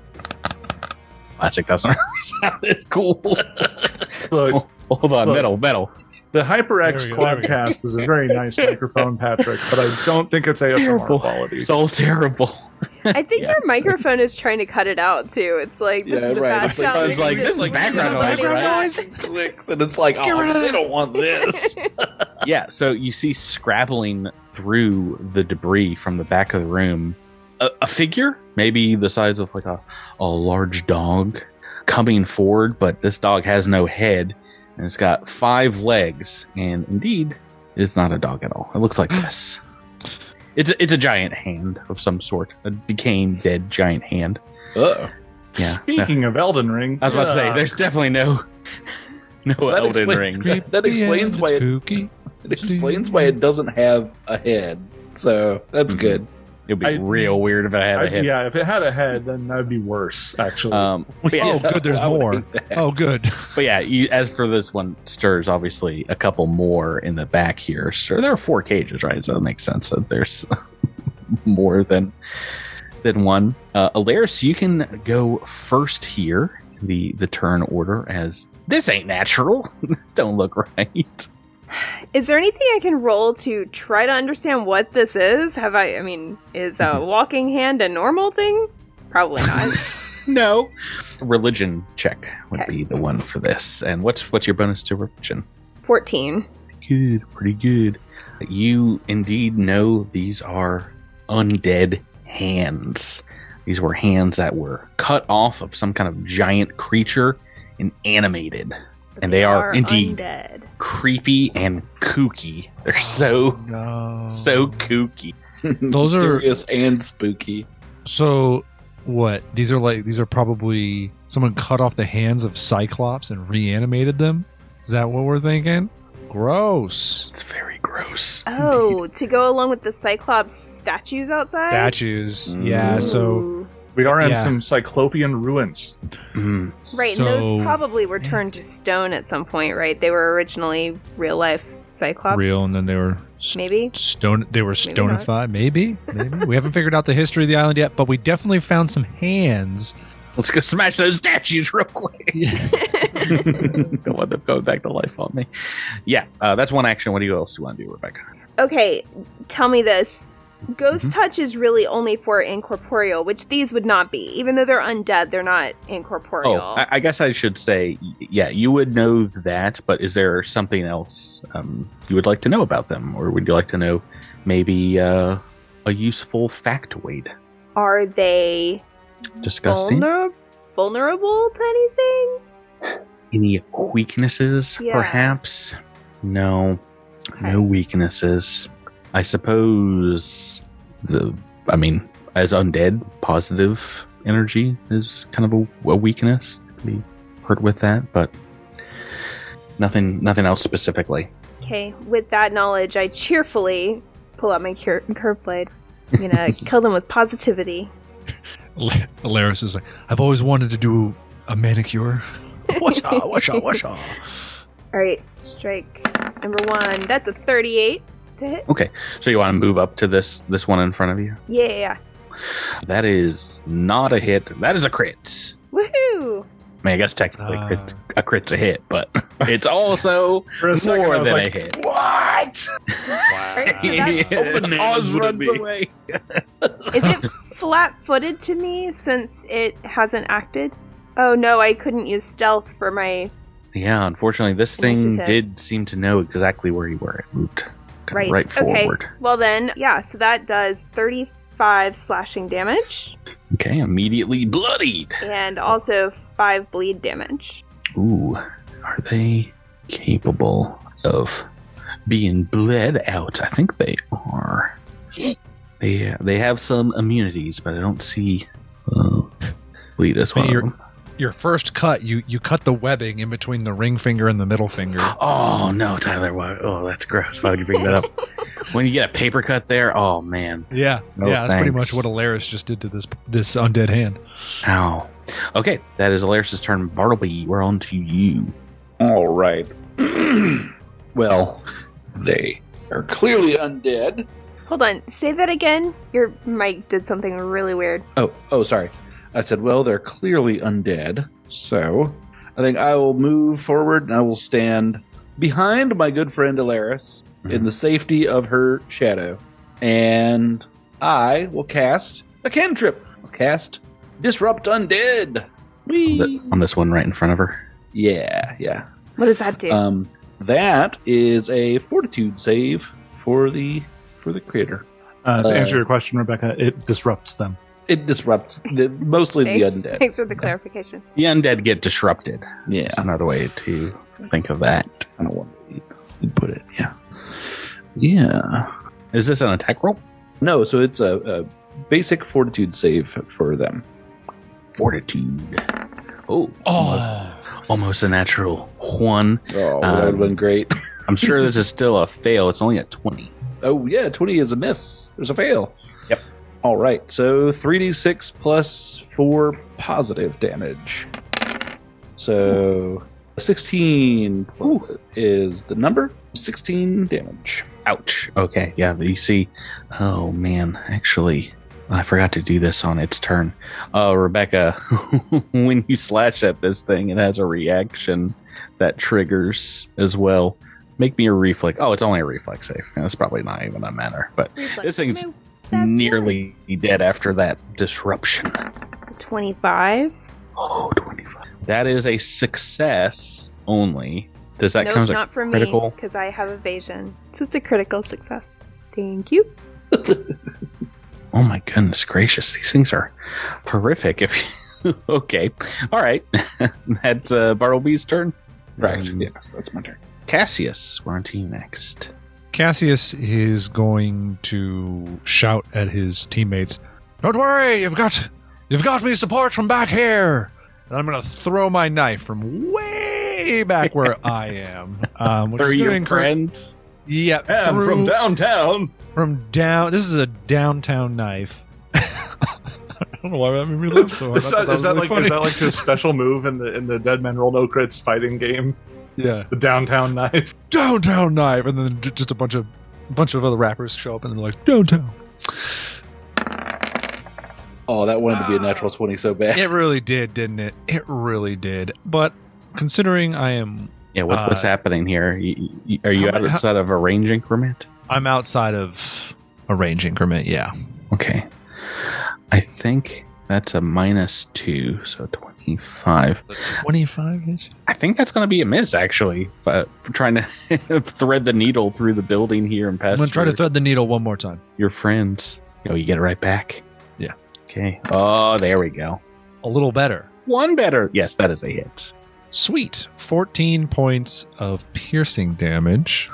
[SPEAKER 1] Plastic doesn't sound as cool.
[SPEAKER 7] Look,
[SPEAKER 1] Hold on,
[SPEAKER 7] Look.
[SPEAKER 1] metal, metal.
[SPEAKER 7] the HyperX
[SPEAKER 5] There we go, there we go.
[SPEAKER 7] Quadcast is a very nice microphone, Patrick, but I don't think it's ASMR
[SPEAKER 1] Terrible.
[SPEAKER 7] quality.
[SPEAKER 1] It's all terrible.
[SPEAKER 6] I think
[SPEAKER 1] Yeah.
[SPEAKER 6] your microphone is trying to cut it out too. It's like this
[SPEAKER 4] Yeah,
[SPEAKER 6] is a
[SPEAKER 4] right.
[SPEAKER 6] bad
[SPEAKER 4] It's like-
[SPEAKER 6] sound.
[SPEAKER 1] it's like,
[SPEAKER 6] Just
[SPEAKER 1] this is
[SPEAKER 6] leave
[SPEAKER 1] background
[SPEAKER 6] it
[SPEAKER 1] noise,
[SPEAKER 6] like
[SPEAKER 1] right?
[SPEAKER 6] that.
[SPEAKER 4] Clicks, and it's like,
[SPEAKER 5] Get rid
[SPEAKER 4] oh,
[SPEAKER 5] of
[SPEAKER 4] they
[SPEAKER 5] it.
[SPEAKER 4] don't want this.
[SPEAKER 1] yeah, so you see scrabbling through the debris from the back of the room a, a figure, maybe the size of like a, a large dog, coming forward, but this dog has no head and it's got five legs. And indeed, it's not a dog at all. It looks like this. It's a, it's a giant hand of some sort, a decaying, dead giant hand.
[SPEAKER 4] Uh-oh.
[SPEAKER 1] Yeah.
[SPEAKER 7] Speaking of Elden Ring,
[SPEAKER 1] I was about to say,
[SPEAKER 7] uh,
[SPEAKER 1] there's definitely no no
[SPEAKER 4] That
[SPEAKER 1] Elden
[SPEAKER 4] explains-
[SPEAKER 1] Ring.
[SPEAKER 4] That explains why it,
[SPEAKER 5] Kooky.
[SPEAKER 4] it explains why it doesn't have a head. So that's
[SPEAKER 1] Mhm.
[SPEAKER 4] good.
[SPEAKER 1] It'd be
[SPEAKER 7] I-
[SPEAKER 1] real weird if I had
[SPEAKER 7] I-
[SPEAKER 1] a head.
[SPEAKER 7] yeah, if it had a head, then that'd be worse. Actually,
[SPEAKER 1] Um, but yeah,
[SPEAKER 5] Oh, good. There's
[SPEAKER 4] I would
[SPEAKER 5] more.
[SPEAKER 4] hate that.
[SPEAKER 5] Oh, good.
[SPEAKER 1] But yeah, you, as for this one, stirs obviously a couple more in the back here. So there are four cages, right? So that makes sense that there's more than than one. Uh, Alaris, you can go first here. The the turn order as this ain't natural. this don't look right.
[SPEAKER 6] Is there anything I can roll to try to understand what this is? Have I? I mean, is
[SPEAKER 1] Mm-hmm.
[SPEAKER 6] a walking hand a normal thing? Probably not.
[SPEAKER 1] No, religion check would
[SPEAKER 6] Okay.
[SPEAKER 1] be the one for this. And what's what's your bonus to religion?
[SPEAKER 6] Fourteen.
[SPEAKER 1] good, pretty good. You indeed know these are undead hands. These were hands that were cut off of some kind of giant creature and animated. And they are indeed.
[SPEAKER 6] undead.
[SPEAKER 1] Creepy and kooky. They're
[SPEAKER 4] Oh.
[SPEAKER 1] so,
[SPEAKER 5] No.
[SPEAKER 1] so kooky.
[SPEAKER 5] Those are-
[SPEAKER 4] Mysterious and spooky.
[SPEAKER 5] So what? These are like these are probably someone cut off the hands of Cyclops and reanimated them. Is that what we're thinking? Gross.
[SPEAKER 1] It's very gross.
[SPEAKER 6] Oh, to go along with the Cyclops statues outside.
[SPEAKER 5] Statues. Yeah. So
[SPEAKER 6] Ooh.
[SPEAKER 7] we are in
[SPEAKER 5] yeah.
[SPEAKER 7] some Cyclopean ruins.
[SPEAKER 1] Mm.
[SPEAKER 6] right,
[SPEAKER 5] so,
[SPEAKER 6] and those probably were
[SPEAKER 5] Yes.
[SPEAKER 6] turned to stone at some point, right? They were originally real life Cyclops.
[SPEAKER 5] real, and then they were s-
[SPEAKER 6] Maybe.
[SPEAKER 5] stone. They were
[SPEAKER 6] Maybe not.
[SPEAKER 5] stonified. Maybe. Maybe. we haven't figured out the history of the island yet, but we definitely found some hands.
[SPEAKER 1] Let's go smash those statues real quick. Don't want them going back to life on me. Yeah, uh, that's one action. What do you else you want to do, Rebecca?
[SPEAKER 6] Okay, tell me this. Ghost touch is really only for incorporeal, which these would not be. Even though they're undead, they're not incorporeal.
[SPEAKER 1] Oh, I, I guess I should say, y- yeah, you would know that, but is there something else um, you would like to know about them? Or would you like to know maybe uh, a useful factoid?
[SPEAKER 6] Are they
[SPEAKER 1] Disgusting.
[SPEAKER 6] vulner- vulnerable to anything?
[SPEAKER 1] Any weaknesses,
[SPEAKER 6] Yeah.
[SPEAKER 1] perhaps? No, no weaknesses. I suppose the, I mean, as undead, positive energy is kind of a, a weakness. Could be hurt with that, but nothing, nothing else specifically.
[SPEAKER 6] Okay, with that knowledge, I cheerfully pull out my cur- curve blade. I'm gonna kill them with positivity.
[SPEAKER 5] Alaris is like, I've always wanted to do a manicure. Wash ah, wash ah, wash ah.
[SPEAKER 6] All right, strike number one. That's a 38 to hit.
[SPEAKER 1] So you want to move up to this this one in front of you?
[SPEAKER 6] Yeah, yeah, yeah.
[SPEAKER 1] That is not a hit. That is a crit.
[SPEAKER 6] Woohoo!
[SPEAKER 1] I mean, I guess technically
[SPEAKER 5] Ah.
[SPEAKER 1] crit, a crit's a hit, but it's also
[SPEAKER 7] For a second,
[SPEAKER 1] more
[SPEAKER 7] I was
[SPEAKER 1] than a
[SPEAKER 7] like,
[SPEAKER 1] hit.
[SPEAKER 4] What?
[SPEAKER 6] Alright, so that's-
[SPEAKER 1] Open
[SPEAKER 4] Oz runs
[SPEAKER 1] away.
[SPEAKER 6] Is it flat footed to me since it hasn't acted? Oh no, I couldn't use stealth for my.
[SPEAKER 1] Yeah, unfortunately, this thing
[SPEAKER 6] Initiative.
[SPEAKER 1] did seem to know exactly where you were. It moved kind
[SPEAKER 6] Right,
[SPEAKER 1] of right
[SPEAKER 6] okay.
[SPEAKER 1] forward.
[SPEAKER 6] Well then, yeah, so that does 35 slashing damage
[SPEAKER 1] Okay, immediately bloodied.
[SPEAKER 6] and also 5 bleed damage.
[SPEAKER 1] Ooh, are they capable of being bled out? I think they are. They they have some immunities, but I don't see uh, lead as
[SPEAKER 5] Hey,
[SPEAKER 1] one.
[SPEAKER 5] you're-
[SPEAKER 1] of them.
[SPEAKER 5] Your first cut, you you cut the webbing in between the ring finger and the middle finger.
[SPEAKER 1] Oh no, Tyler! Why, oh, that's gross. Why would you bring that up? when you get a paper cut there, oh man,
[SPEAKER 5] Yeah,
[SPEAKER 1] No
[SPEAKER 5] yeah, that's pretty
[SPEAKER 1] thanks.
[SPEAKER 5] much what Alaris just did to this this undead hand.
[SPEAKER 1] ow. Okay, that is Alaris's turn. Bartleby, we're on to you.
[SPEAKER 4] All right. well, they are clearly undead.
[SPEAKER 6] Hold on, say that again. Your mic did something really weird.
[SPEAKER 4] Oh, oh, sorry. I said, well, they're clearly undead. So I think I will move forward and I will stand behind my good friend Alaris in
[SPEAKER 1] Mhm.
[SPEAKER 4] the safety of her shadow. And I will cast a cantrip. I'll cast Disrupt Undead.
[SPEAKER 1] On,
[SPEAKER 4] Whee!
[SPEAKER 1] the- on this one right in front of her.
[SPEAKER 4] Yeah, yeah.
[SPEAKER 6] What does that do?
[SPEAKER 4] Um, that is a fortitude save for the for the creator.
[SPEAKER 3] Uh, to
[SPEAKER 4] Uh,
[SPEAKER 3] answer your question, Rebecca, it disrupts them.
[SPEAKER 4] It disrupts the, mostly the
[SPEAKER 6] thanks,
[SPEAKER 4] undead.
[SPEAKER 6] thanks for the clarification.
[SPEAKER 1] The undead get disrupted.
[SPEAKER 4] Yeah,
[SPEAKER 1] It's another way to think of that.
[SPEAKER 4] I don't want to put it. Yeah, yeah.
[SPEAKER 1] Is this an attack roll?
[SPEAKER 4] No, so it's a, a basic fortitude save for them.
[SPEAKER 1] Fortitude. Oh, almost, almost a natural one.
[SPEAKER 4] Oh, that would
[SPEAKER 1] Um,
[SPEAKER 4] have been great.
[SPEAKER 1] I'm sure this is still a fail. It's only a 20.
[SPEAKER 4] Oh yeah, twenty is a miss. There's a fail.
[SPEAKER 1] Yep.
[SPEAKER 4] All right, so three d six plus four positive damage. So sixteen is the number. Sixteen damage.
[SPEAKER 1] Ouch. Okay. Yeah. You see, oh man, actually, I forgot to do this on its turn. Uh, Rebecca, when you slash at this thing, it has a reaction that triggers as well. Make me a reflex. Oh, it's only a reflex save. That's probably not even a matter, but This thing's
[SPEAKER 6] No, that's
[SPEAKER 1] nearly dead after that disruption.
[SPEAKER 6] not- It's a 25.
[SPEAKER 1] Oh, 25. That is a success only. Does that
[SPEAKER 6] nope,
[SPEAKER 1] count as a
[SPEAKER 6] not for me
[SPEAKER 1] critical?
[SPEAKER 6] because I have evasion. So it's a critical success. Thank you.
[SPEAKER 1] Oh my goodness gracious, these things are horrific. If you, okay, all right, that's uh, Bartleby's turn.
[SPEAKER 4] Right.
[SPEAKER 1] Um,
[SPEAKER 4] Mm, yes, that's my turn.
[SPEAKER 1] Cassius, we're on to you next.
[SPEAKER 5] Cassius is going to shout at his teammates, "Don't worry, you've got you've got me support from back here." And I'm going to throw my knife from way back where I am. Um, which is
[SPEAKER 1] Through
[SPEAKER 5] gonna
[SPEAKER 1] your
[SPEAKER 5] incre-
[SPEAKER 1] friends.
[SPEAKER 5] Yep.
[SPEAKER 3] And
[SPEAKER 5] through-
[SPEAKER 3] from downtown,
[SPEAKER 5] from down. This is a downtown knife. I don't know why that made me laugh so hard. I
[SPEAKER 3] is
[SPEAKER 5] thought
[SPEAKER 3] that, is
[SPEAKER 5] was
[SPEAKER 3] that
[SPEAKER 5] really
[SPEAKER 3] like
[SPEAKER 5] funny.
[SPEAKER 3] is that like the special move in the in the Dead Men Roll No Crits fighting game?
[SPEAKER 5] yeah
[SPEAKER 3] The downtown knife.
[SPEAKER 5] downtown knife, and then ju- just a bunch of bunch of other rappers show up and they're like downtown.
[SPEAKER 4] Oh, that wanted to be a natural twenty so bad.
[SPEAKER 5] It really did, didn't it? It really did. But considering I am
[SPEAKER 1] Yeah, what, what's
[SPEAKER 5] Uh,
[SPEAKER 1] happening here? You- you- Are you
[SPEAKER 5] how many-
[SPEAKER 1] outside of a range increment?
[SPEAKER 5] I'm outside of a range increment, yeah.
[SPEAKER 1] Okay, I think that's a minus two, so twenty-five.
[SPEAKER 5] Twenty five inch?
[SPEAKER 1] I think that's going to be a miss, actually. if, uh, trying to thread the needle through the building here and
[SPEAKER 5] I'm
[SPEAKER 1] past.
[SPEAKER 5] gonna try
[SPEAKER 1] your-
[SPEAKER 5] to thread the needle one more time.
[SPEAKER 1] your friends. Oh, you get it right back.
[SPEAKER 5] Yeah.
[SPEAKER 1] Okay. Oh, there we go.
[SPEAKER 5] A little better.
[SPEAKER 1] One better. Yes, that is a hit.
[SPEAKER 5] Sweet. Fourteen points of piercing damage.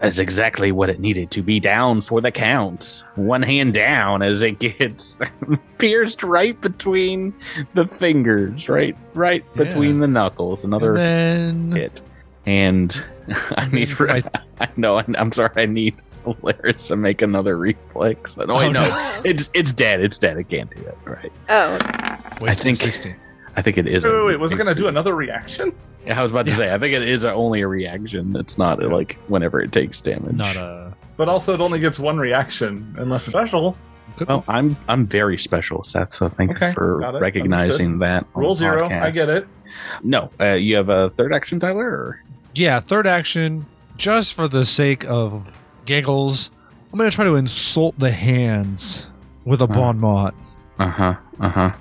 [SPEAKER 1] That's exactly what it needed to be down for the count. One hand down as it gets pierced right between the fingers, right, right
[SPEAKER 5] Yeah.
[SPEAKER 1] between the knuckles. Another
[SPEAKER 5] And then
[SPEAKER 1] hit. And I
[SPEAKER 5] and then
[SPEAKER 1] need.
[SPEAKER 5] my-
[SPEAKER 1] I know. I- I'm sorry. I need Laris to make another reflex. Oh, I
[SPEAKER 5] Oh,
[SPEAKER 1] know.
[SPEAKER 5] no.
[SPEAKER 1] It's it's dead. It's dead. It can't do it. Right.
[SPEAKER 6] Oh,
[SPEAKER 1] I think-
[SPEAKER 5] 16.
[SPEAKER 1] I think it is.
[SPEAKER 3] Wait,
[SPEAKER 1] a-
[SPEAKER 3] wait, wait, was it gonna do another reaction?
[SPEAKER 1] Yeah, I was about to say. I think it is only a reaction. It's not like whenever it takes damage.
[SPEAKER 5] not a
[SPEAKER 3] But also, it only gets one reaction unless it's special.
[SPEAKER 5] good
[SPEAKER 1] Well, I'm I'm very special, Seth. So thank you
[SPEAKER 3] Okay, got
[SPEAKER 1] for
[SPEAKER 3] it,
[SPEAKER 1] recognizing that. on
[SPEAKER 3] Roll
[SPEAKER 1] the
[SPEAKER 3] zero.
[SPEAKER 1] podcast.
[SPEAKER 3] I get it.
[SPEAKER 1] No, uh, you have a third action, Tyler. Or?
[SPEAKER 5] yeah, third action, just for the sake of giggles, I'm gonna try to insult the hands with a
[SPEAKER 1] Huh.
[SPEAKER 5] bon mot.
[SPEAKER 1] Uh huh. Uh huh.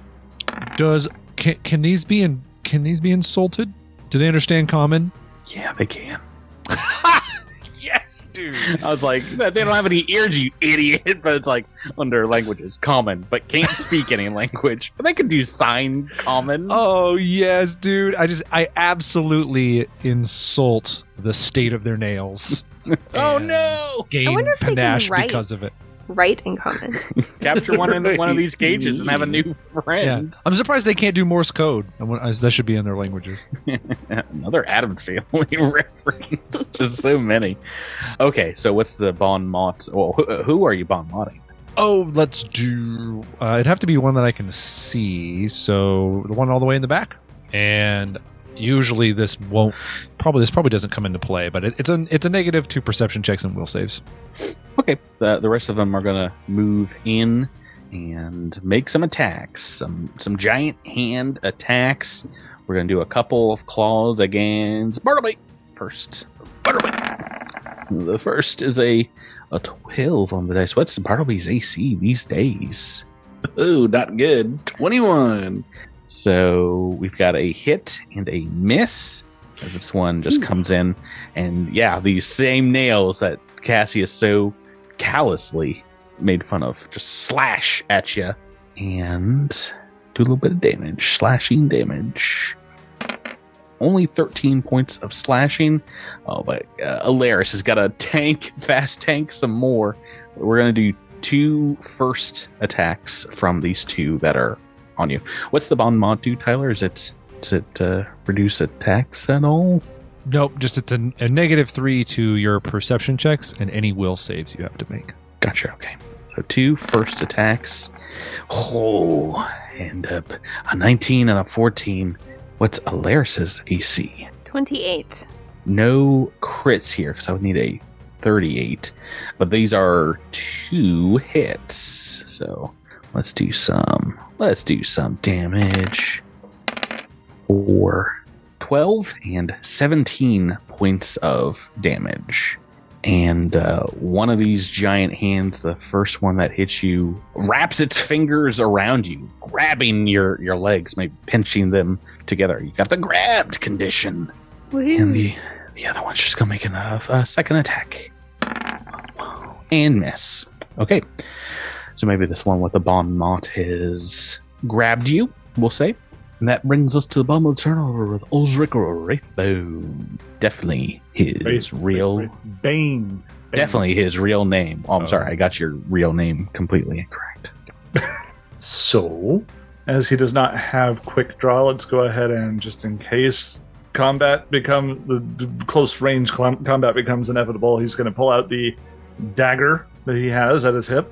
[SPEAKER 5] Does can, can these be in, can these be insulted? Do they understand common?
[SPEAKER 1] Yeah, they can.
[SPEAKER 5] Yes, dude.
[SPEAKER 1] I was like, they don't have any ears, you idiot. But it's like under languages, common, but can't speak any language. But they can do sign common.
[SPEAKER 5] Oh yes, dude. I just I absolutely insult the state of their nails. Oh,
[SPEAKER 1] Oh,
[SPEAKER 5] And
[SPEAKER 1] no!
[SPEAKER 5] Gain
[SPEAKER 6] wonder if they can
[SPEAKER 5] panache
[SPEAKER 6] write.
[SPEAKER 5] because of it.
[SPEAKER 6] write and comment.
[SPEAKER 1] Capture one in one of these cages and have a new friend.
[SPEAKER 5] I'm surprised they can't do Morse code. I want- I- That should be in their languages.
[SPEAKER 1] Another Adams Family reference. Just so many. Okay, so what's the bon mot? Well, who, who are you bon motting?
[SPEAKER 5] Oh, let's do. Uh, it'd have to be one that I can see. So the one all the way in the back. And usually this won't. Probably this probably doesn't come into play, but it, it's a it's a negative to perception checks and will saves.
[SPEAKER 1] Okay, the, the rest of them are gonna move in and make some attacks. Some some giant hand attacks. We're gonna do a couple of claws against Bartleby first. Bartleby. The first is a a twelve on the dice. What's Bartleby's AC these days?
[SPEAKER 4] Oh, not good. 21.
[SPEAKER 1] So we've got a hit and a miss. As this one just comes in, and yeah, these same nails that Cassius so callously made fun of just slash at you and do a little bit of damage, slashing damage. Only 13 points of slashing. Oh, but uh, Alaris has got a tank, fast tank some more. We're going to do two first attacks from these two that are on you. What's the bon mot do, Tyler? Is it does it uh, reduce attacks at all?
[SPEAKER 5] Nope, just it's a, a negative three to your perception checks and any will saves you have to make.
[SPEAKER 1] Gotcha. Okay. So two first attacks. Oh, and a, a 19 and a 14. What's Alaris's AC?
[SPEAKER 6] 28.
[SPEAKER 1] No crits here because I would need a 38. But these are two hits. So let's do some. Let's do some damage. Four. 12 and 17 points of damage. And uh, one of these giant hands, the first one that hits you, wraps its fingers around you, grabbing your, your legs, maybe pinching them together. You got the grabbed condition. And the the other one's just gonna make an, uh, a second attack and miss. Okay, so maybe this one with the bon mot has grabbed you. We'll say, and that brings us to the bottom of the turnover with Ulrich Wraithbone. Definitely his
[SPEAKER 3] Wraith-
[SPEAKER 1] real,
[SPEAKER 3] Bane. Bane.
[SPEAKER 1] definitely his real name. Oh, I'm
[SPEAKER 5] Oh.
[SPEAKER 1] sorry, I got your real name completely incorrect.
[SPEAKER 3] So, as he does not have quick draw, let's go ahead and just in case combat become the the close range clom- combat becomes inevitable, he's going to pull out the dagger that he has at his hip,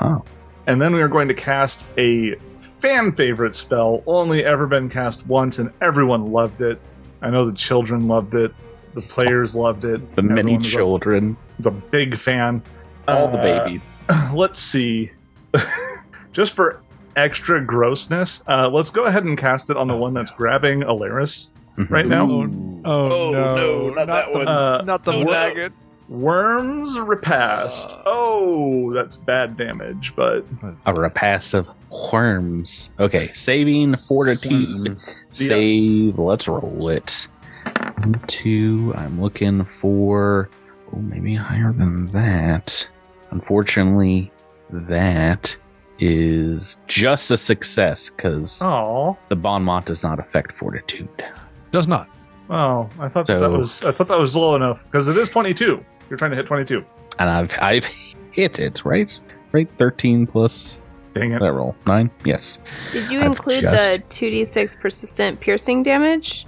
[SPEAKER 1] Oh,
[SPEAKER 3] and then we are going to cast a fan favorite spell, only ever been cast once, and everyone loved it. I know the children loved it, the players loved it,
[SPEAKER 1] the many
[SPEAKER 3] everyone was a-
[SPEAKER 1] children.
[SPEAKER 3] was a big fan.
[SPEAKER 4] All the
[SPEAKER 3] Uh,
[SPEAKER 4] babies.
[SPEAKER 3] let's see. Just for extra grossness, uh, let's go ahead and cast it on the one that's grabbing Alaris
[SPEAKER 1] Mm-hmm.
[SPEAKER 3] right now.
[SPEAKER 4] Ooh.
[SPEAKER 5] Oh, no,
[SPEAKER 4] not, that one.
[SPEAKER 3] Uh,
[SPEAKER 5] Not
[SPEAKER 3] the dagger. Worms repast.
[SPEAKER 4] Uh.
[SPEAKER 3] Oh, that's bad damage, but
[SPEAKER 1] A repass of worms. Okay, saving fortitude. Save. Let's roll it. Two. I'm looking for. Oh, maybe higher than that. Unfortunately, that is just a success because
[SPEAKER 3] oh,
[SPEAKER 1] the bon mot does not affect fortitude.
[SPEAKER 5] Does not.
[SPEAKER 3] oh, I thought that
[SPEAKER 1] So-
[SPEAKER 3] was I thought that was low enough because it is twenty two. You're trying to hit twenty two.
[SPEAKER 1] And I've I've hit it right, right. Thirteen plus
[SPEAKER 3] Dang it!
[SPEAKER 1] that roll nine. Yes.
[SPEAKER 6] Did you
[SPEAKER 1] I've
[SPEAKER 6] include the
[SPEAKER 1] just-
[SPEAKER 6] 2d6 persistent piercing damage?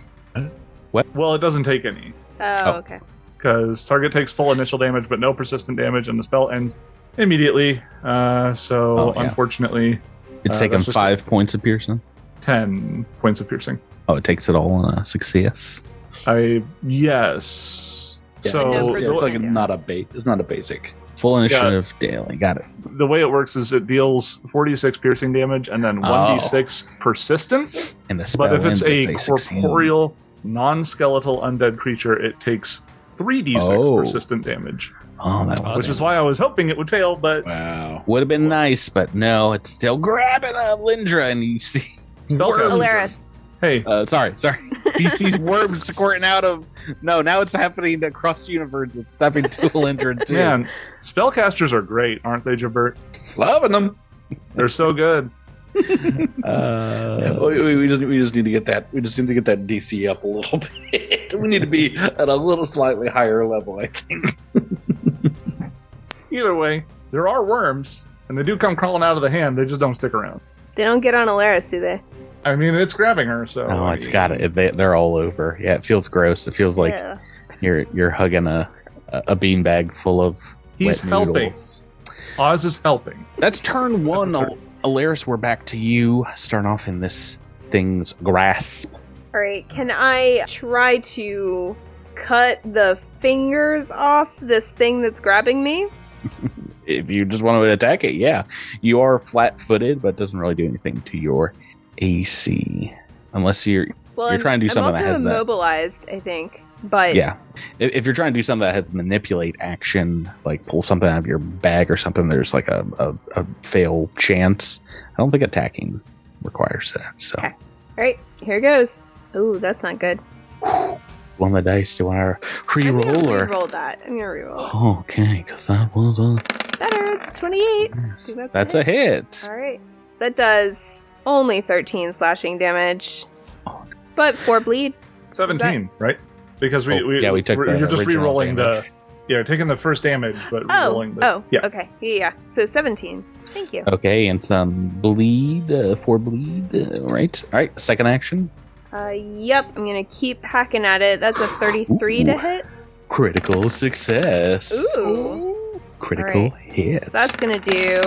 [SPEAKER 3] Well, it doesn't take any
[SPEAKER 6] Oh,
[SPEAKER 1] Oh.
[SPEAKER 6] okay.
[SPEAKER 3] because target takes full initial damage but no persistent damage, and the spell ends immediately. Uh, so
[SPEAKER 1] Oh, yeah.
[SPEAKER 3] unfortunately,
[SPEAKER 1] It's
[SPEAKER 3] Uh,
[SPEAKER 1] taken
[SPEAKER 3] that's just-
[SPEAKER 1] five points of piercing.
[SPEAKER 3] ten points of piercing.
[SPEAKER 1] Oh, it takes it all on a success.
[SPEAKER 3] I yes.
[SPEAKER 4] Yeah,
[SPEAKER 3] so
[SPEAKER 6] no,
[SPEAKER 4] it's,
[SPEAKER 6] Prism
[SPEAKER 4] it's like a,
[SPEAKER 6] Sand, yeah.
[SPEAKER 4] not a bait. It's not a basic.
[SPEAKER 1] Full initiative daily. Got it.
[SPEAKER 3] the way it works is it deals 46 piercing damage and then 1d6 persistent.
[SPEAKER 1] And the Oh. spell
[SPEAKER 3] But if
[SPEAKER 1] ends
[SPEAKER 3] it's a
[SPEAKER 1] they succeed.
[SPEAKER 3] corporeal, non-skeletal undead creature, it takes 3d6
[SPEAKER 1] Oh.
[SPEAKER 3] persistent damage,
[SPEAKER 1] Oh, that
[SPEAKER 5] Oh,
[SPEAKER 1] one.
[SPEAKER 3] which is why I was hoping it would fail. But
[SPEAKER 4] Wow.
[SPEAKER 1] Would have been nice, but no, it's still grabbing a Lindra, and you see.
[SPEAKER 3] Spellcasters.
[SPEAKER 6] Alaris.
[SPEAKER 3] hey,
[SPEAKER 1] Uh, sorry, sorry. He sees worms squirting out of. No, now it's happening across universe. It's stepping to a Lindra too.
[SPEAKER 3] man, spellcasters are great, aren't they, Jabert?
[SPEAKER 4] Loving them.
[SPEAKER 3] They're so good.
[SPEAKER 1] Uh,
[SPEAKER 4] we, we- we just we just need to get that we just need to get that DC up a little bit. we need to be at a little slightly higher level. I think.
[SPEAKER 3] Either way, There are worms, and they do come crawling out of the hand. They just don't stick around.
[SPEAKER 6] They don't get on Alaris, do they?
[SPEAKER 3] I mean, it's grabbing her, so.
[SPEAKER 1] Oh, it's got it. They, they're all over. Yeah, it feels gross. It feels like
[SPEAKER 6] Yeah.
[SPEAKER 1] you're you're hugging a a beanbag full of
[SPEAKER 3] He's
[SPEAKER 1] wet
[SPEAKER 3] helping.
[SPEAKER 1] noodles.
[SPEAKER 3] Oz is helping.
[SPEAKER 1] That's turn one.
[SPEAKER 3] That's a
[SPEAKER 1] Al- Alaris, we're back to you. Starting off in this thing's grasp.
[SPEAKER 6] All right. Can I try to cut the fingers off this thing that's grabbing me?
[SPEAKER 1] If you just want to attack it, yeah, you are flat-footed, but it doesn't really do anything to your AC unless you're
[SPEAKER 6] Well,
[SPEAKER 1] You're
[SPEAKER 6] I'm-
[SPEAKER 1] trying to do
[SPEAKER 6] I'm
[SPEAKER 1] something that
[SPEAKER 6] also
[SPEAKER 1] has that.
[SPEAKER 6] immobilized, I think. But
[SPEAKER 1] yeah. If, if you're trying to do something that has manipulate action, like pull something out of your bag or something, there's like a, a, a fail chance. I don't think attacking requires that. So
[SPEAKER 6] Okay. all right, here goes. Ooh, that's not good.
[SPEAKER 1] one of the dice. Do you want to
[SPEAKER 6] I'm gonna
[SPEAKER 1] re-roll or?
[SPEAKER 6] re-roll that. I'm gonna reroll.
[SPEAKER 1] Okay, because that was a
[SPEAKER 6] It's better. It's 28.
[SPEAKER 1] yes.
[SPEAKER 6] That's
[SPEAKER 1] that's
[SPEAKER 6] a
[SPEAKER 1] a hit.
[SPEAKER 6] All right. So that does only 13 slashing damage, but four bleed.
[SPEAKER 3] 17, right? Because we,
[SPEAKER 1] Oh,
[SPEAKER 3] we,
[SPEAKER 1] yeah, we took.
[SPEAKER 3] we're-
[SPEAKER 1] the
[SPEAKER 3] You're just
[SPEAKER 1] original
[SPEAKER 3] re-rolling
[SPEAKER 1] damage.
[SPEAKER 3] the. Yeah, taking the first damage, but
[SPEAKER 6] Oh,
[SPEAKER 3] re-rolling the.
[SPEAKER 6] oh,
[SPEAKER 3] yeah.
[SPEAKER 6] okay, yeah, yeah. So 17. Thank you.
[SPEAKER 1] Okay, and some bleed, uh, four bleed, uh, right? All right, second action.
[SPEAKER 6] Uh, yep, I'm gonna keep hacking at it. That's a 33
[SPEAKER 1] Oh. Ooh.
[SPEAKER 6] to hit.
[SPEAKER 1] Critical success.
[SPEAKER 6] Ooh.
[SPEAKER 1] Critical hit.
[SPEAKER 6] So that's gonna do.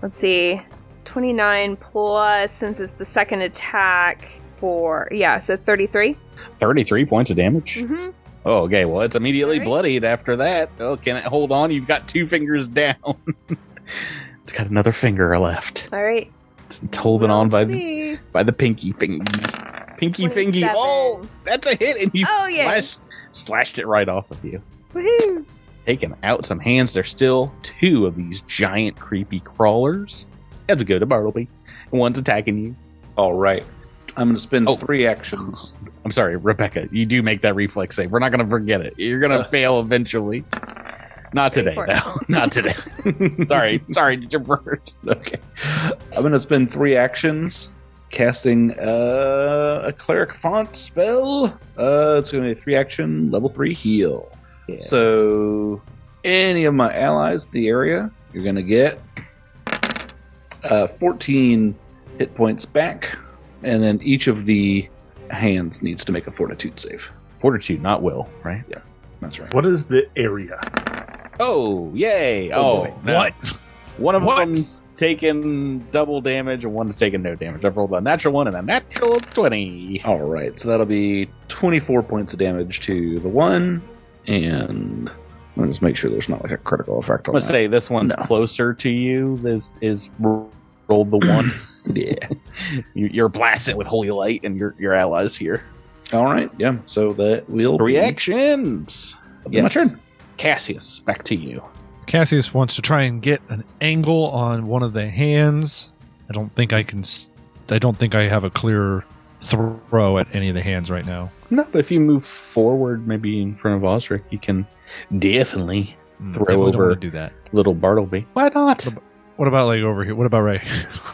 [SPEAKER 6] Let's see, 29 plus since it's the second attack for yeah, so 33.
[SPEAKER 1] 33 points of damage.
[SPEAKER 6] Mm-hmm.
[SPEAKER 1] Oh, okay. Well, it's immediately
[SPEAKER 6] Alright.
[SPEAKER 1] bloodied after that. Oh, can it hold on? You've got two fingers down. it's got another finger left.
[SPEAKER 6] All right.
[SPEAKER 1] It's, it's holding on by the,
[SPEAKER 6] the
[SPEAKER 1] by the pinky finger. Pinky fingy. Oh, that's a hit, and you
[SPEAKER 6] Oh, yeah.
[SPEAKER 1] slash, slashed it right off of you.
[SPEAKER 6] Woohoo!
[SPEAKER 1] Taking out some hands. There's still two of these giant, creepy crawlers. You have to go to Bartleby. And one's attacking you.
[SPEAKER 4] All right. I'm going to spend
[SPEAKER 1] Oh.
[SPEAKER 4] three actions.
[SPEAKER 1] I'm sorry, Rebecca. You do make that reflex save. We're not going to forget it. You're going to fail eventually. Not today,
[SPEAKER 6] Go for it.
[SPEAKER 1] though. Not today. sorry, sorry, divert.
[SPEAKER 4] Okay. I'm going to spend three actions casting uh, a cleric font spell. Uh, it's going to be a three action, level three heal. So, any of my allies in the area, you're going to get uh, 14 hit points back. And then each of the hands needs to make a fortitude save.
[SPEAKER 1] fortitude, not will, right?
[SPEAKER 4] That's right.
[SPEAKER 3] What is the area?
[SPEAKER 1] Oh, yay! Oh, no.
[SPEAKER 5] What?
[SPEAKER 1] One of
[SPEAKER 5] What?
[SPEAKER 1] them's taken double damage, and one's taken no damage. I've rolled a natural one and a natural twenty.
[SPEAKER 4] All right, so that'll be 24 points of damage to the one, and let me just make sure there's not like a critical effect
[SPEAKER 1] I'm
[SPEAKER 4] on
[SPEAKER 1] gonna
[SPEAKER 4] that.
[SPEAKER 1] say this one's
[SPEAKER 4] No.
[SPEAKER 1] closer to you. This is rolled the one.
[SPEAKER 4] Yeah.
[SPEAKER 1] You- you're blasted with holy light, and your your allies here.
[SPEAKER 4] All right, yeah. So that will be-
[SPEAKER 1] Reactions.
[SPEAKER 4] that'll be my
[SPEAKER 1] Yes.
[SPEAKER 4] turn.
[SPEAKER 1] Cassius, back to you.
[SPEAKER 5] Cassius wants to try and get an angle on one of the hands. I don't think I can. s- I don't think I have a clear throw at any of the hands right now.
[SPEAKER 1] No, but if you move forward, maybe in front of Osric, you can definitely
[SPEAKER 5] Mm,
[SPEAKER 1] Throw
[SPEAKER 5] definitely don't
[SPEAKER 1] over.
[SPEAKER 5] wanna do that.
[SPEAKER 1] little Bartleby. Why not?
[SPEAKER 5] What about like over here? What about right?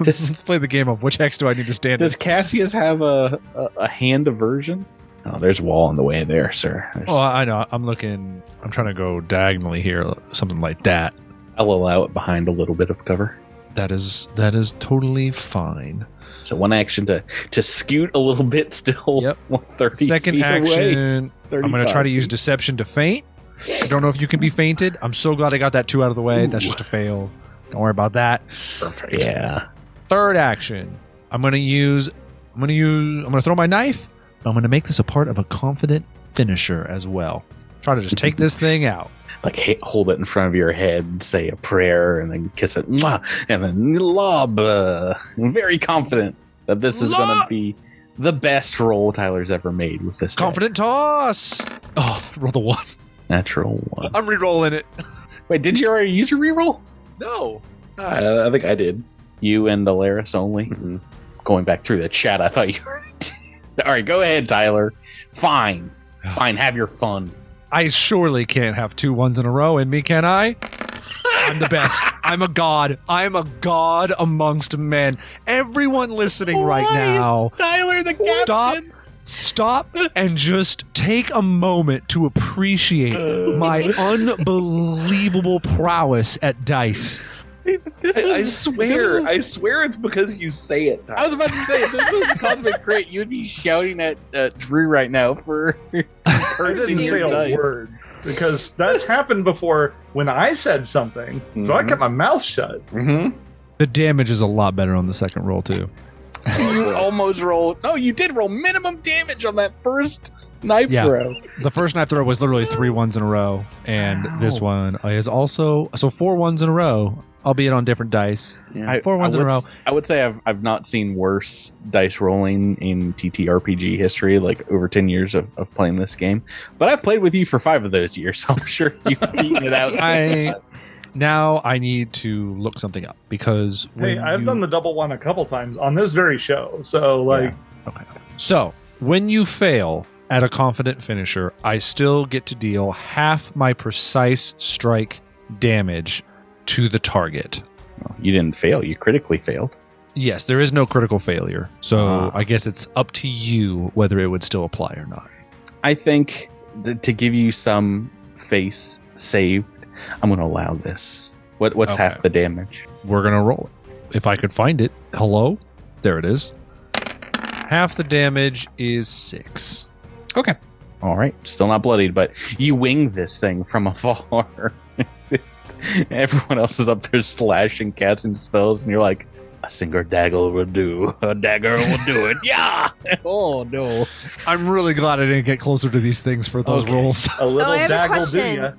[SPEAKER 1] Does-
[SPEAKER 5] Let's play the game of which hex do I need to stand in?
[SPEAKER 1] Does Cassius have a, a, a hand aversion? Oh, there's a wall in the way there, sir. There's-
[SPEAKER 5] Oh, I know. I'm looking. I'm trying to go diagonally here, something like that.
[SPEAKER 1] I'll allow it behind a little bit of cover.
[SPEAKER 5] That is that is totally fine.
[SPEAKER 1] So one action to to scoot a little bit, still
[SPEAKER 5] Yep.
[SPEAKER 1] 130
[SPEAKER 5] Second
[SPEAKER 1] feet away.
[SPEAKER 5] action. I'm going to
[SPEAKER 1] 35
[SPEAKER 5] try to use
[SPEAKER 1] feet.
[SPEAKER 5] deception to faint. I don't know if you can be fainted. I'm so glad I got that two out of the way. That's
[SPEAKER 1] Ooh.
[SPEAKER 5] just a fail. Don't worry about that.
[SPEAKER 4] Perfect.
[SPEAKER 1] Yeah.
[SPEAKER 5] Third action. I'm going to use. I'm going to use. I'm going to throw my knife. But I'm going to make this a part of a confident finisher as well. Try to just take this thing out.
[SPEAKER 1] Like ha- hold it in front of your head, and say a prayer, and then kiss it, Mwah! and then lob. Uh, I'm very confident that this is going to
[SPEAKER 5] Lob!
[SPEAKER 1] be the best roll Tyler's ever made with this. deck.
[SPEAKER 5] Confident toss. Oh, roll the one.
[SPEAKER 1] Natural one.
[SPEAKER 5] I'm re-rolling it.
[SPEAKER 1] Wait, did you already use your reroll?
[SPEAKER 5] No.
[SPEAKER 4] Uh, I think I did.
[SPEAKER 1] You and Alaris only?
[SPEAKER 4] Mhm.
[SPEAKER 1] Hmm. Going back through the chat, I thought you already did. All right, go ahead, Tyler. Fine. Fine, have your fun.
[SPEAKER 5] I surely can't have two ones in a row in me, can I? I'm the best. I'm a god. I'm a god amongst men. Everyone listening right now,
[SPEAKER 1] Tyler the captain.
[SPEAKER 5] stop stop and just take a moment to appreciate my unbelievable prowess at dice.
[SPEAKER 4] I, I swear, I swear it's because you say it. Tyler.
[SPEAKER 8] I was about to say, if this was Cosmic Crit, you'd be shouting at uh, Drew right now for
[SPEAKER 3] I
[SPEAKER 8] cursing
[SPEAKER 3] didn't
[SPEAKER 8] his
[SPEAKER 3] say a
[SPEAKER 8] dice.
[SPEAKER 3] word because that's happened before when I said something. So I
[SPEAKER 4] Mhm.
[SPEAKER 1] Mm-hmm.
[SPEAKER 3] kept my mouth shut.
[SPEAKER 4] Mhm.
[SPEAKER 5] The damage is a lot better on the second roll too.
[SPEAKER 8] You almost rolled. No, you did roll minimum damage on that first knife
[SPEAKER 5] Yeah.
[SPEAKER 8] throw.
[SPEAKER 5] The first knife throw was literally three ones in a row, and this one is also so four ones in a row, albeit on different dice.
[SPEAKER 1] I,
[SPEAKER 5] Four ones
[SPEAKER 1] I
[SPEAKER 5] in a
[SPEAKER 1] would
[SPEAKER 5] row.
[SPEAKER 1] s- I would say I've I've not seen worse dice rolling in TTRPG history, like over ten years of, of playing this game. But I've played with you for five of those years, so I'm sure you've beaten it out.
[SPEAKER 5] I now I need to look something up because
[SPEAKER 3] Hey,
[SPEAKER 5] when
[SPEAKER 3] I've
[SPEAKER 5] you-
[SPEAKER 3] done the double one a couple times on this very show. So like
[SPEAKER 5] So, when you fail at a confident finisher, I still get to deal half my precise strike damage to the target.
[SPEAKER 1] You didn't fail. You critically failed.
[SPEAKER 5] Yes, there is no critical failure.
[SPEAKER 1] Ah.
[SPEAKER 5] So, I guess it's up to you whether it would still apply or not.
[SPEAKER 1] I think th- to give you some face saved, I'm going to allow this. What what's
[SPEAKER 5] Okay.
[SPEAKER 1] half the damage?
[SPEAKER 5] We're going to roll it. If I could find it. Hello? There it is. Half the damage is 6.
[SPEAKER 1] All right, still not bloodied, but you wing this thing from afar. Everyone else is up there slashing, casting spells, and you're like, a single dagger will do. A dagger will do it. Yeah.
[SPEAKER 8] Oh no!
[SPEAKER 5] I'm really glad I didn't get closer to these things for those
[SPEAKER 1] Okay.
[SPEAKER 5] rolls.
[SPEAKER 3] a little
[SPEAKER 6] I have a
[SPEAKER 3] daggle do
[SPEAKER 6] question.
[SPEAKER 3] ya.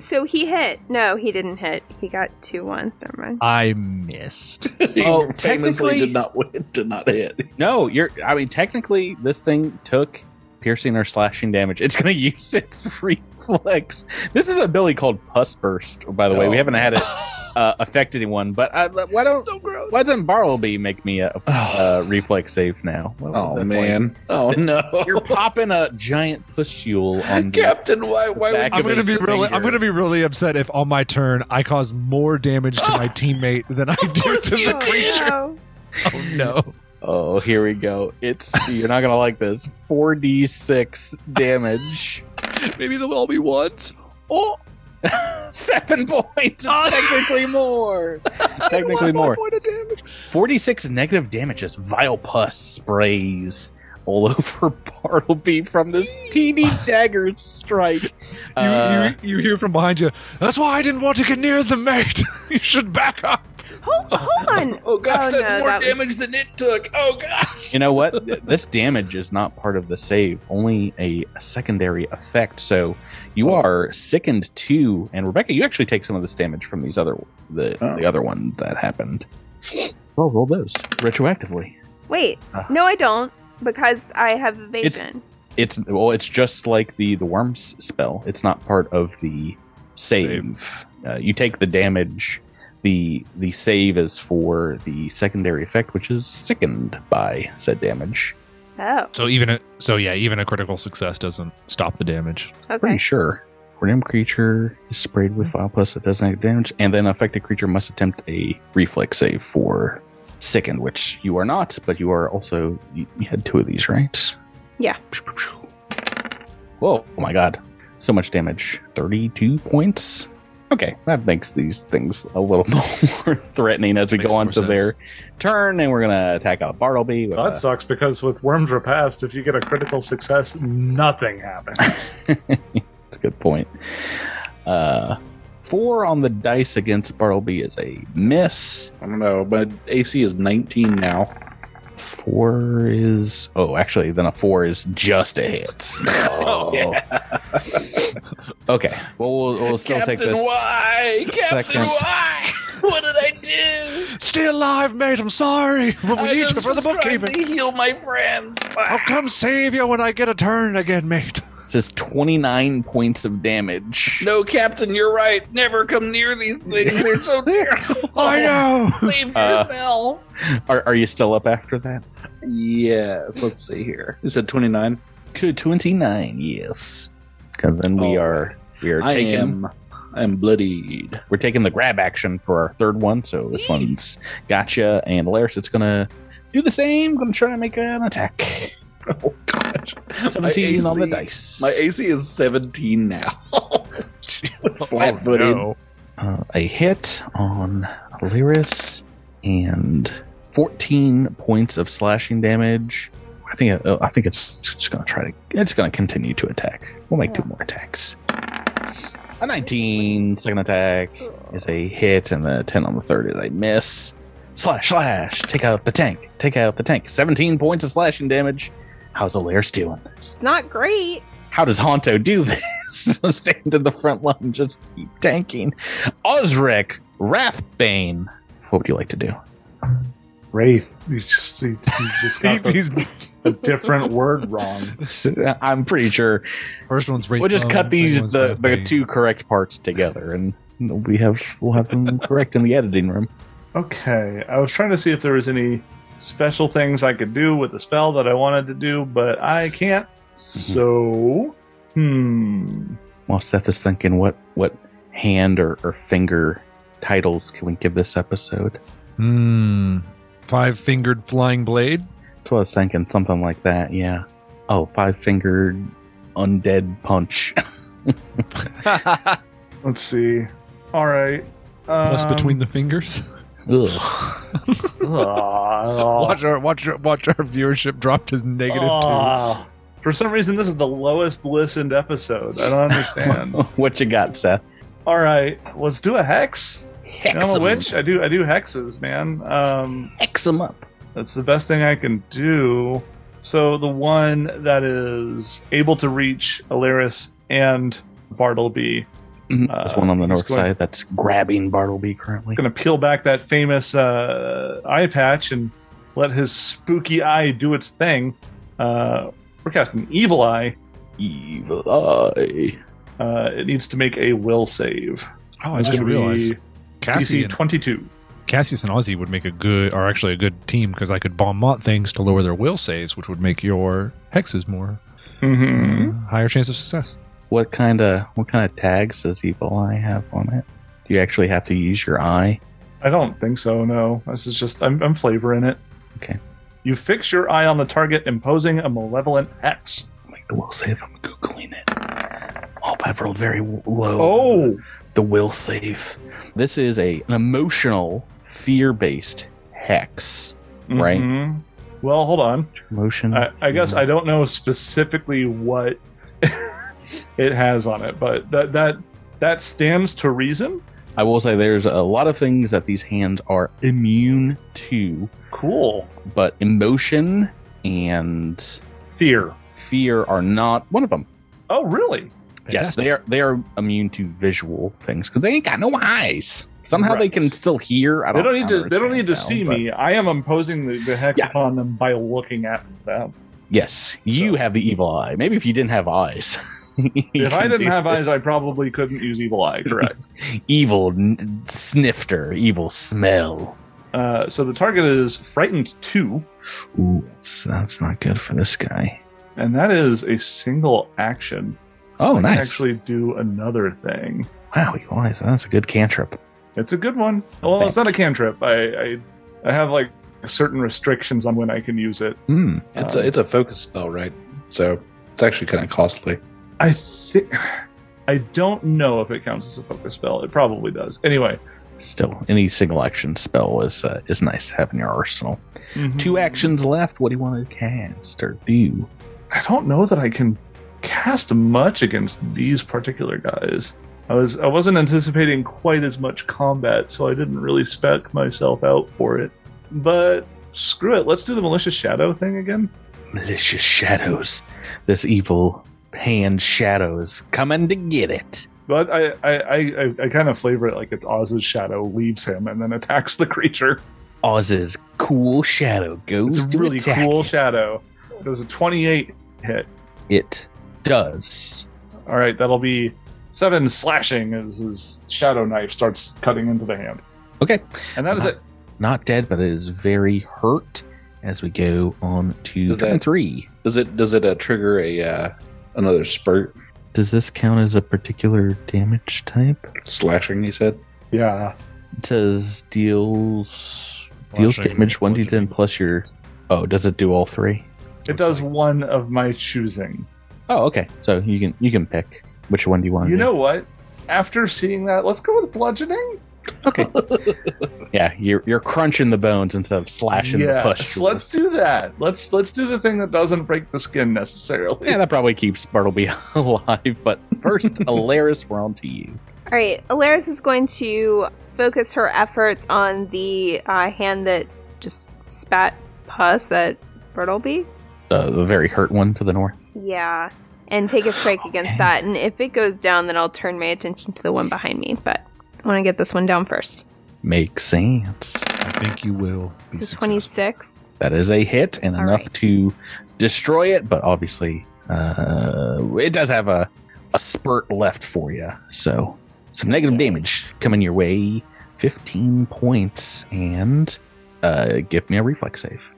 [SPEAKER 6] So he hit. No, he didn't hit. He got two ones. Never mind.
[SPEAKER 5] I missed.
[SPEAKER 4] You
[SPEAKER 1] Oh,
[SPEAKER 4] famously
[SPEAKER 1] technically-
[SPEAKER 4] did not win, did not hit.
[SPEAKER 1] No, you're. I mean, technically, this thing took piercing or slashing damage. It's going to use its reflex. This is an ability called Pus Burst, by the way. We
[SPEAKER 4] Oh.
[SPEAKER 1] haven't had it uh, affect anyone, but uh, why don't? Why doesn't Barlby make me a, uh reflex save now? What was
[SPEAKER 4] Oh
[SPEAKER 1] the
[SPEAKER 4] man! Oh no!
[SPEAKER 1] point? You're popping a giant pustule on the
[SPEAKER 4] Captain, why? Why?
[SPEAKER 1] Back
[SPEAKER 4] Would
[SPEAKER 5] I'm
[SPEAKER 1] Give
[SPEAKER 5] gonna
[SPEAKER 1] us
[SPEAKER 5] be
[SPEAKER 1] the
[SPEAKER 5] really.
[SPEAKER 1] finger.
[SPEAKER 5] I'm gonna be really upset if on my turn I cause more damage to my teammate than I do to the
[SPEAKER 6] Oh,
[SPEAKER 5] creature.
[SPEAKER 6] no.
[SPEAKER 5] Oh no!
[SPEAKER 1] Oh, here we go. It's you're not gonna like this. 4d6 damage.
[SPEAKER 5] Maybe they'll all be ones. Oh,
[SPEAKER 1] Seven points.
[SPEAKER 8] Ah!
[SPEAKER 5] Oh.
[SPEAKER 1] Technically more. Technically
[SPEAKER 5] one
[SPEAKER 1] more.
[SPEAKER 5] point of damage.
[SPEAKER 1] 46 negative damage as vile pus sprays all over Bartleby from this teeny dagger strike.
[SPEAKER 5] You,
[SPEAKER 1] Uh,
[SPEAKER 5] you, you hear from behind you. That's why I didn't want to get near the mate. you should back up.
[SPEAKER 6] Hold, hold on.
[SPEAKER 4] Oh gosh,
[SPEAKER 6] Oh,
[SPEAKER 4] that's
[SPEAKER 6] no,
[SPEAKER 4] more
[SPEAKER 6] that was-
[SPEAKER 4] damage than it took. Oh gosh.
[SPEAKER 1] you know what? Th- this damage is not part of the save, only a secondary effect. So you are sickened too, and Rebecca, you actually take some of this damage from these other the,
[SPEAKER 4] Oh.
[SPEAKER 1] the other one that happened. Oh, roll those retroactively.
[SPEAKER 6] Wait.
[SPEAKER 1] Ah.
[SPEAKER 6] No, I don't. Because I have evasion.
[SPEAKER 1] It's well, it's just like the the worms spell. It's not part of the save. Uh, you take the damage. The the save is for the secondary effect, which is sickened by said damage.
[SPEAKER 6] Oh,
[SPEAKER 5] So even a, so, yeah, even a critical success doesn't stop the damage.
[SPEAKER 1] Pretty
[SPEAKER 6] okay.
[SPEAKER 1] sure. Random creature is sprayed with vile plus that does negative damage, and then affected creature must attempt a reflex save for sickened, which you are not, but you are also you, you had two of these, right?
[SPEAKER 6] Yeah.
[SPEAKER 1] Whoa! Oh my god, so much damage. Thirty-two points. Okay, that makes these things a little more threatening as we
[SPEAKER 5] Makes
[SPEAKER 1] go on
[SPEAKER 5] more
[SPEAKER 1] to their
[SPEAKER 5] sense.
[SPEAKER 1] turn, and we're gonna attack out Bartleby. with
[SPEAKER 3] Well,
[SPEAKER 1] a-
[SPEAKER 3] that sucks because with Worms Repast, if you get a critical success, nothing happens.
[SPEAKER 1] That's a good point. Uh, four on the dice against Bartleby is a miss.
[SPEAKER 4] I don't know. My AC is 19 now.
[SPEAKER 1] Four is oh, actually, then a four is just a hit.
[SPEAKER 4] Oh, yeah.
[SPEAKER 1] Okay, well we'll, we'll still
[SPEAKER 4] Captain,
[SPEAKER 1] take this.
[SPEAKER 4] why? Captain,
[SPEAKER 1] Second.
[SPEAKER 4] why? What did I do?
[SPEAKER 5] Stay alive, mate. I'm sorry, but we
[SPEAKER 4] I
[SPEAKER 5] need you
[SPEAKER 4] just
[SPEAKER 5] for the
[SPEAKER 4] was trying
[SPEAKER 5] bookkeeping.
[SPEAKER 4] To heal my friends.
[SPEAKER 5] I'll come save you when I get a turn again, mate.
[SPEAKER 1] This is twenty nine points of damage.
[SPEAKER 4] No, Captain, you're right. Never come near these things. They're so terrible.
[SPEAKER 5] I know.
[SPEAKER 4] Leave
[SPEAKER 1] Uh,
[SPEAKER 4] yourself.
[SPEAKER 1] Are, are you still up after that?
[SPEAKER 4] Yes. Let's see here. You said 29.
[SPEAKER 1] Good twenty nine. Yes, because then we
[SPEAKER 4] Oh.
[SPEAKER 1] are we are
[SPEAKER 4] I
[SPEAKER 1] taking
[SPEAKER 4] am. I am bloodied.
[SPEAKER 1] we're taking the grab action for our third one. So this one's gotcha, and Laris, it's gonna do the same. Gonna try and make an attack.
[SPEAKER 4] Oh gosh. My
[SPEAKER 1] 17 on the
[SPEAKER 4] AC
[SPEAKER 1] dice.
[SPEAKER 4] My AC is 17 now. Flat
[SPEAKER 3] Oh,
[SPEAKER 4] footed.
[SPEAKER 1] Uh, a hit on Lyris and 14 points of slashing damage. I think oh, I think it's just going to try to it's going to continue to attack. We'll make two more attacks. A 19 second attack is a hit and the 10 on the third is a miss. Slash slash take out the tank. Take out the tank. 17 points of slashing damage. How's O'Lear's doing?
[SPEAKER 6] It's not great.
[SPEAKER 1] how does Honto do this? Stand in the front line, and just keep tanking. Osric, Wrathbane. What would you like to do?
[SPEAKER 3] Wraith. You just, you, you just got the,
[SPEAKER 5] He's-
[SPEAKER 3] a different word wrong.
[SPEAKER 1] I'm pretty sure
[SPEAKER 5] First one's
[SPEAKER 1] we'll just cut these the, the
[SPEAKER 5] two.
[SPEAKER 1] two correct parts together, and we have we'll have them correct in the editing room.
[SPEAKER 3] Okay, I was trying to see if there was any special things I could do with the spell that I wanted to do, but I can't.
[SPEAKER 1] Mm-hmm.
[SPEAKER 3] So, hmm.
[SPEAKER 1] While Seth is thinking, what what hand or, or finger titles can we give this episode?
[SPEAKER 5] Hmm. Five fingered flying blade.
[SPEAKER 1] That's what I was thinking, something like that. Yeah. Oh, five fingered undead punch.
[SPEAKER 3] Let's see. All right.
[SPEAKER 5] Plus
[SPEAKER 3] um,
[SPEAKER 5] between the fingers.
[SPEAKER 1] Ugh. oh.
[SPEAKER 3] Ah,
[SPEAKER 5] Watch our watch our, watch our viewership drop to negative
[SPEAKER 1] Oh,
[SPEAKER 5] two.
[SPEAKER 3] ah. For some reason, this is the lowest listened episode. I don't understand.
[SPEAKER 1] what you got, Seth?
[SPEAKER 3] All right, let's do a hex. You know, I'm a
[SPEAKER 1] Excellent.
[SPEAKER 3] witch. I do. I do hexes, man. Um,
[SPEAKER 1] X them up.
[SPEAKER 3] That's the best thing I can do. So the one that is able to reach Alaris and uh, Bartleby,
[SPEAKER 1] There's one on the
[SPEAKER 3] he's
[SPEAKER 1] north
[SPEAKER 3] going-
[SPEAKER 1] side that's grabbing Bartleby currently.
[SPEAKER 3] going to peel back that famous uh, eye patch and let his spooky eye do its thing. Uh, we're casting Evil Eye.
[SPEAKER 1] Evil eye.
[SPEAKER 3] Uh, it needs to make a will save.
[SPEAKER 5] Oh, I just
[SPEAKER 3] gonna be
[SPEAKER 5] realized Cassie
[SPEAKER 3] DC
[SPEAKER 5] and,
[SPEAKER 3] twenty two.
[SPEAKER 5] Cassius and Ozzy would make a good, or actually a good team because I could bombard things to lower their will saves, which would make your hexes more
[SPEAKER 1] Hmm?
[SPEAKER 3] Mm-hmm.
[SPEAKER 5] uh, higher chance of success.
[SPEAKER 1] What kind of what kind of tags does Evil Eye have on it? Do you actually have to use your eye?
[SPEAKER 3] I don't think so. No, this is just I'm, I'm flavoring it.
[SPEAKER 1] Okay.
[SPEAKER 3] You fix your eye on the target, imposing a malevolent hex.
[SPEAKER 1] Make the will save. I'm googling it. Oh, I've rolled very w- low.
[SPEAKER 3] Oh,
[SPEAKER 1] the will save. This is a an emotional, fear-based hex. Right. Mm-hmm.
[SPEAKER 3] Mhm. Well, hold on.
[SPEAKER 1] Emotion.
[SPEAKER 3] I, I guess I don't know specifically what it has on it, but that that that stands to reason.
[SPEAKER 1] I will say there's a lot of things that these hands are immune to,
[SPEAKER 3] Cool.
[SPEAKER 1] but emotion and
[SPEAKER 3] Fear.
[SPEAKER 1] fear are not one of them.
[SPEAKER 3] Oh, really?
[SPEAKER 1] Yes, they are. They are immune to visual things because they ain't got no eyes. Somehow they
[SPEAKER 3] Right.
[SPEAKER 1] can still hear. I
[SPEAKER 3] They
[SPEAKER 1] don't.
[SPEAKER 3] don't need
[SPEAKER 1] I
[SPEAKER 3] to. They
[SPEAKER 1] understand
[SPEAKER 3] don't need to
[SPEAKER 1] how,
[SPEAKER 3] see
[SPEAKER 1] but
[SPEAKER 3] me. I am imposing the, the hex
[SPEAKER 1] Yeah.
[SPEAKER 3] upon them by looking at them.
[SPEAKER 1] Yes, you
[SPEAKER 3] So-
[SPEAKER 1] have the evil eye. Maybe if you didn't have eyes. you
[SPEAKER 3] If I
[SPEAKER 1] could
[SPEAKER 3] didn't
[SPEAKER 1] do
[SPEAKER 3] have eyes, I probably couldn't use evil eye. Correct.
[SPEAKER 1] evil n- snifter, evil smell.
[SPEAKER 3] uh, so the target is frightened two,
[SPEAKER 1] Ooh, that's, that's not good for this guy.
[SPEAKER 3] and that is a single action.
[SPEAKER 1] Oh,
[SPEAKER 3] I can
[SPEAKER 1] nice!
[SPEAKER 3] Actually, do another thing.
[SPEAKER 1] wow, evil eyes. That's a good cantrip.
[SPEAKER 3] It's a good one. Well, it's not a cantrip. I, I I have like certain restrictions on when I can use it.
[SPEAKER 1] Hmm.
[SPEAKER 4] It's
[SPEAKER 3] Uh,
[SPEAKER 4] a it's a focus spell, right? So it's actually kind of costly.
[SPEAKER 3] I think I don't know if it counts as a focus spell. It probably does. Anyway,
[SPEAKER 1] Still, any single action spell is uh, is nice to have in your arsenal.
[SPEAKER 3] Mm-hmm.
[SPEAKER 4] Hmm.
[SPEAKER 1] Two actions left. What do you want to cast or do?
[SPEAKER 3] I don't know that I can cast much against these particular guys. I was I wasn't anticipating quite as much combat, so I didn't really spec myself out for it. But screw it, let's do the malicious shadow thing again.
[SPEAKER 1] malicious shadows. This evil hand shadows coming to get it.
[SPEAKER 3] But I I, I, I, I kind of flavor it like it's Oz's shadow leaves him and then attacks the creature.
[SPEAKER 1] Oz's cool shadow goes
[SPEAKER 3] It's a
[SPEAKER 1] to
[SPEAKER 3] really
[SPEAKER 1] attack
[SPEAKER 3] cool
[SPEAKER 1] it.
[SPEAKER 3] shadow. Does a 28 hit.
[SPEAKER 1] it does.
[SPEAKER 3] All right, that'll be seven slashing as his shadow knife starts cutting into the hand. Uh-huh.
[SPEAKER 1] Okay.
[SPEAKER 3] And that is it.
[SPEAKER 1] Not dead, but it is very hurt as we go on to
[SPEAKER 4] Is
[SPEAKER 1] turn
[SPEAKER 4] that-
[SPEAKER 1] three.
[SPEAKER 4] Does it does it uh, trigger a uh, another spurt
[SPEAKER 1] Does this count as a particular damage type?
[SPEAKER 4] slashing? You said
[SPEAKER 3] Yeah.
[SPEAKER 1] It says deals deals
[SPEAKER 5] Slashing,
[SPEAKER 1] damage one d10
[SPEAKER 5] bludgeoning.
[SPEAKER 1] plus your. Oh, does it do all three?
[SPEAKER 7] It does one of my choosing.
[SPEAKER 1] Oh, okay. So you can you can pick which one do you want.
[SPEAKER 7] You know what? After seeing that, let's go with bludgeoning.
[SPEAKER 1] Okay. yeah, you're you're crunching the bones instead of slashing the push.
[SPEAKER 7] Yes, let's do that. Let's let's do the thing that doesn't break the skin necessarily.
[SPEAKER 1] yeah, that probably keeps Bartleby alive. But first, Alaris, we're on to you.
[SPEAKER 6] All right, Alaris is going to focus her efforts on the uh, hand that just spat pus at Bertleby.
[SPEAKER 1] The the very hurt one to the north.
[SPEAKER 6] Yeah, and take a strike against
[SPEAKER 1] Okay.
[SPEAKER 6] that. And if it goes down, then I'll turn my attention to the one behind me. But I want to get this one down first.
[SPEAKER 1] Makes sense.
[SPEAKER 5] I think you will be
[SPEAKER 6] It's a
[SPEAKER 5] successful.
[SPEAKER 6] 26.
[SPEAKER 1] That is a hit and
[SPEAKER 6] All
[SPEAKER 1] enough
[SPEAKER 6] right.
[SPEAKER 1] to destroy it, but obviously uh, it does have a, a spurt left for you. So some negative damage coming your way. 15 points and uh, give me a reflex save.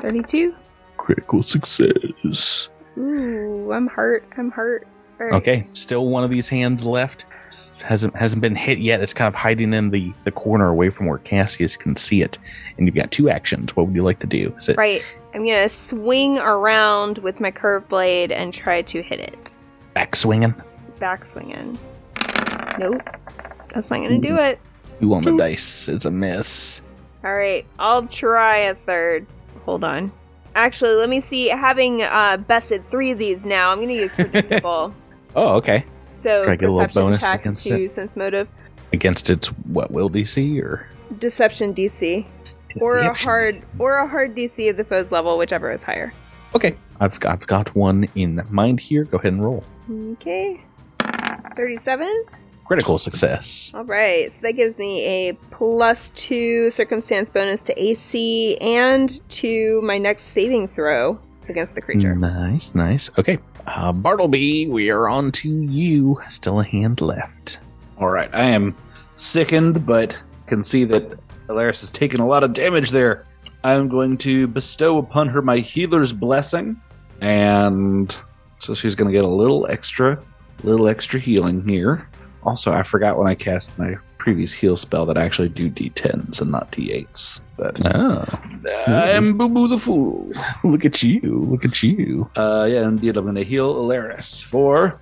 [SPEAKER 6] 32.
[SPEAKER 1] Critical success.
[SPEAKER 6] Ooh, I'm hurt. I'm hurt. All right.
[SPEAKER 1] Okay, still one of these hands left. S- Hasn't hasn't been hit yet. It's kind of hiding in the, the corner away from where Cassius can see it. And you've got two actions. What would you like to do? Is it
[SPEAKER 6] Right. I'm going to swing around with my curved blade and try to hit it.
[SPEAKER 1] back swinging?
[SPEAKER 6] Backswinging. Nope. That's not going to do it.
[SPEAKER 1] Two on the dice is a miss.
[SPEAKER 6] All right, I'll try a third. Hold on. Actually, let me see. Having uh, bested three of these now, I'm going to use predictable.
[SPEAKER 1] Oh, okay.
[SPEAKER 6] so
[SPEAKER 1] Can I get a little
[SPEAKER 6] perception
[SPEAKER 1] bonus
[SPEAKER 6] check
[SPEAKER 1] against
[SPEAKER 6] to sense motive,
[SPEAKER 1] Against its what will DC or
[SPEAKER 6] deception DC, or a hard or a hard DC of the foe's level, whichever is higher.
[SPEAKER 1] Okay, I've got, I've got one in mind here. Go ahead and roll.
[SPEAKER 6] Okay, thirty-seven.
[SPEAKER 1] Critical success.
[SPEAKER 6] All right, so that gives me a plus two circumstance bonus to AC and to my next saving throw against the creature.
[SPEAKER 1] Mm. Nice, nice. Okay, uh, Bartleby, we are on to you. Still a hand left.
[SPEAKER 4] All right, I am sickened, but can see that Alaris has taken a lot of damage there. I'm going to bestow upon her my healer's blessing, and so she's going to get a little extra, little extra healing here. Also, I forgot when I cast my previous heal spell that I actually do d10s and not d8s. But
[SPEAKER 1] Oh,
[SPEAKER 4] I am Boo Boo the Fool.
[SPEAKER 1] look at you! Look at you!
[SPEAKER 4] Uh, yeah, indeed, I'm going to heal Alaris for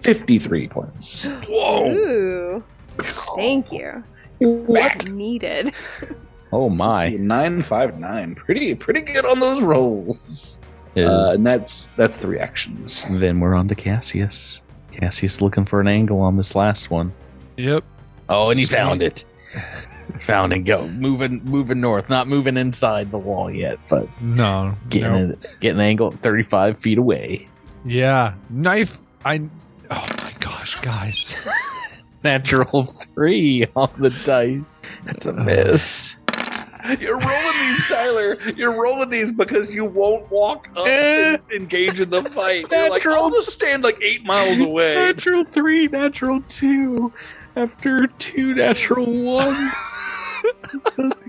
[SPEAKER 4] 53 points.
[SPEAKER 3] Oh.
[SPEAKER 6] Ooh. Thank you. What needed?
[SPEAKER 1] Oh my!
[SPEAKER 4] Nine five nine. Pretty pretty good on those rolls. Uh, and that's that's the reactions.
[SPEAKER 1] then we're on to Cassius. Cassius looking for an angle on this last one.
[SPEAKER 5] Yep.
[SPEAKER 1] Oh, and he
[SPEAKER 5] Sweet.
[SPEAKER 1] found it. found and go moving, moving north. Not moving inside the wall yet, but
[SPEAKER 5] No.
[SPEAKER 1] getting
[SPEAKER 5] no.
[SPEAKER 1] it, getting an angle at 35 feet away.
[SPEAKER 5] Yeah. Knife. I. Oh my gosh, guys.
[SPEAKER 1] Natural three on the dice. That's a miss.
[SPEAKER 4] You're rolling these, Tyler. You're rolling these because you won't walk up and engage in the fight. You're like, I'll just stand like eight miles away.
[SPEAKER 1] Natural three, natural two. After two natural ones,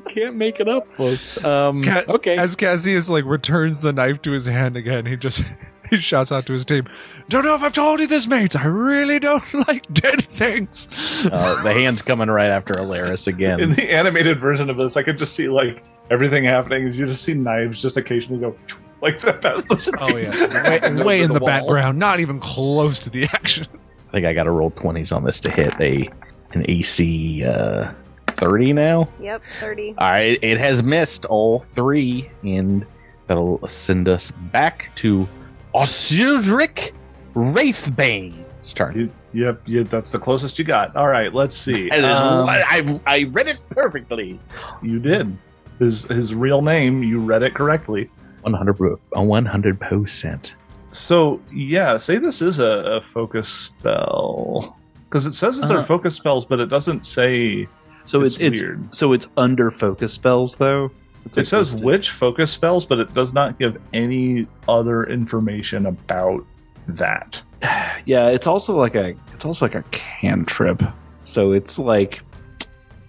[SPEAKER 1] can't make it up, folks. Um,
[SPEAKER 5] Ca-
[SPEAKER 1] okay,
[SPEAKER 5] As Cassius like returns the knife to his hand again, he just he shouts out to his team, "Don't know if I've told you this, mates. I really don't like dead things."
[SPEAKER 1] uh, the hand's coming right after Alaris again.
[SPEAKER 3] In the animated version of this, I could just see like everything happening. You just see knives just occasionally go like that past the screen.
[SPEAKER 5] Oh yeah, way, way in the, background, not even close to the action.
[SPEAKER 1] I think I got to roll twenties on this to hit a an AC uh, thirty now.
[SPEAKER 6] Yep, 30.
[SPEAKER 1] All right, it has missed all three, and that'll send us back to Osiric Wraithbane. Start.
[SPEAKER 3] You- yep, yeah, that's the closest you got. All right, let's see. Um,
[SPEAKER 1] I, I read it perfectly.
[SPEAKER 3] you did his his real name. You read it correctly.
[SPEAKER 1] 100 pro- a 100 percent.
[SPEAKER 3] So yeah, say this is a, a focus spell because it says that they're
[SPEAKER 4] Uh.
[SPEAKER 3] focus spells, but it doesn't say.
[SPEAKER 4] So
[SPEAKER 3] it's,
[SPEAKER 4] it's it's,
[SPEAKER 3] weird.
[SPEAKER 4] so it's under focus spells though.
[SPEAKER 3] It says which focus spells, but it does not give any other information about that.
[SPEAKER 4] yeah it's also like a it's also like a cantrip so it's like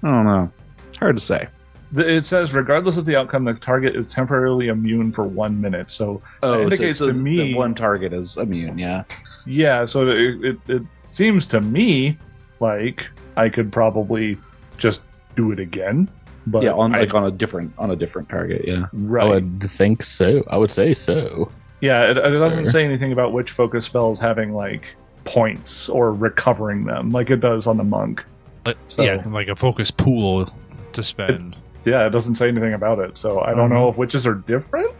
[SPEAKER 4] i don't know it's hard to say
[SPEAKER 3] The- It says regardless of the outcome, the target is temporarily immune for one minute. So
[SPEAKER 4] oh
[SPEAKER 3] indicates to
[SPEAKER 4] the
[SPEAKER 3] me-
[SPEAKER 4] one target is immune yeah
[SPEAKER 3] yeah, so it, it, it seems to me like I could probably just do it again, But
[SPEAKER 4] yeah, on
[SPEAKER 3] I-
[SPEAKER 4] like on a different on a different target. Yeah.
[SPEAKER 3] right.
[SPEAKER 9] I would think so. I would say so.
[SPEAKER 3] Yeah, it, it doesn't
[SPEAKER 9] Sure.
[SPEAKER 3] say anything about which focus spells having like points or recovering them, like it does on the monk.
[SPEAKER 5] But,
[SPEAKER 3] So-
[SPEAKER 5] Yeah, like a focus pool to spend.
[SPEAKER 3] Yeah, it doesn't say anything about it, so I don't
[SPEAKER 5] Mhm.
[SPEAKER 3] know if witches are different.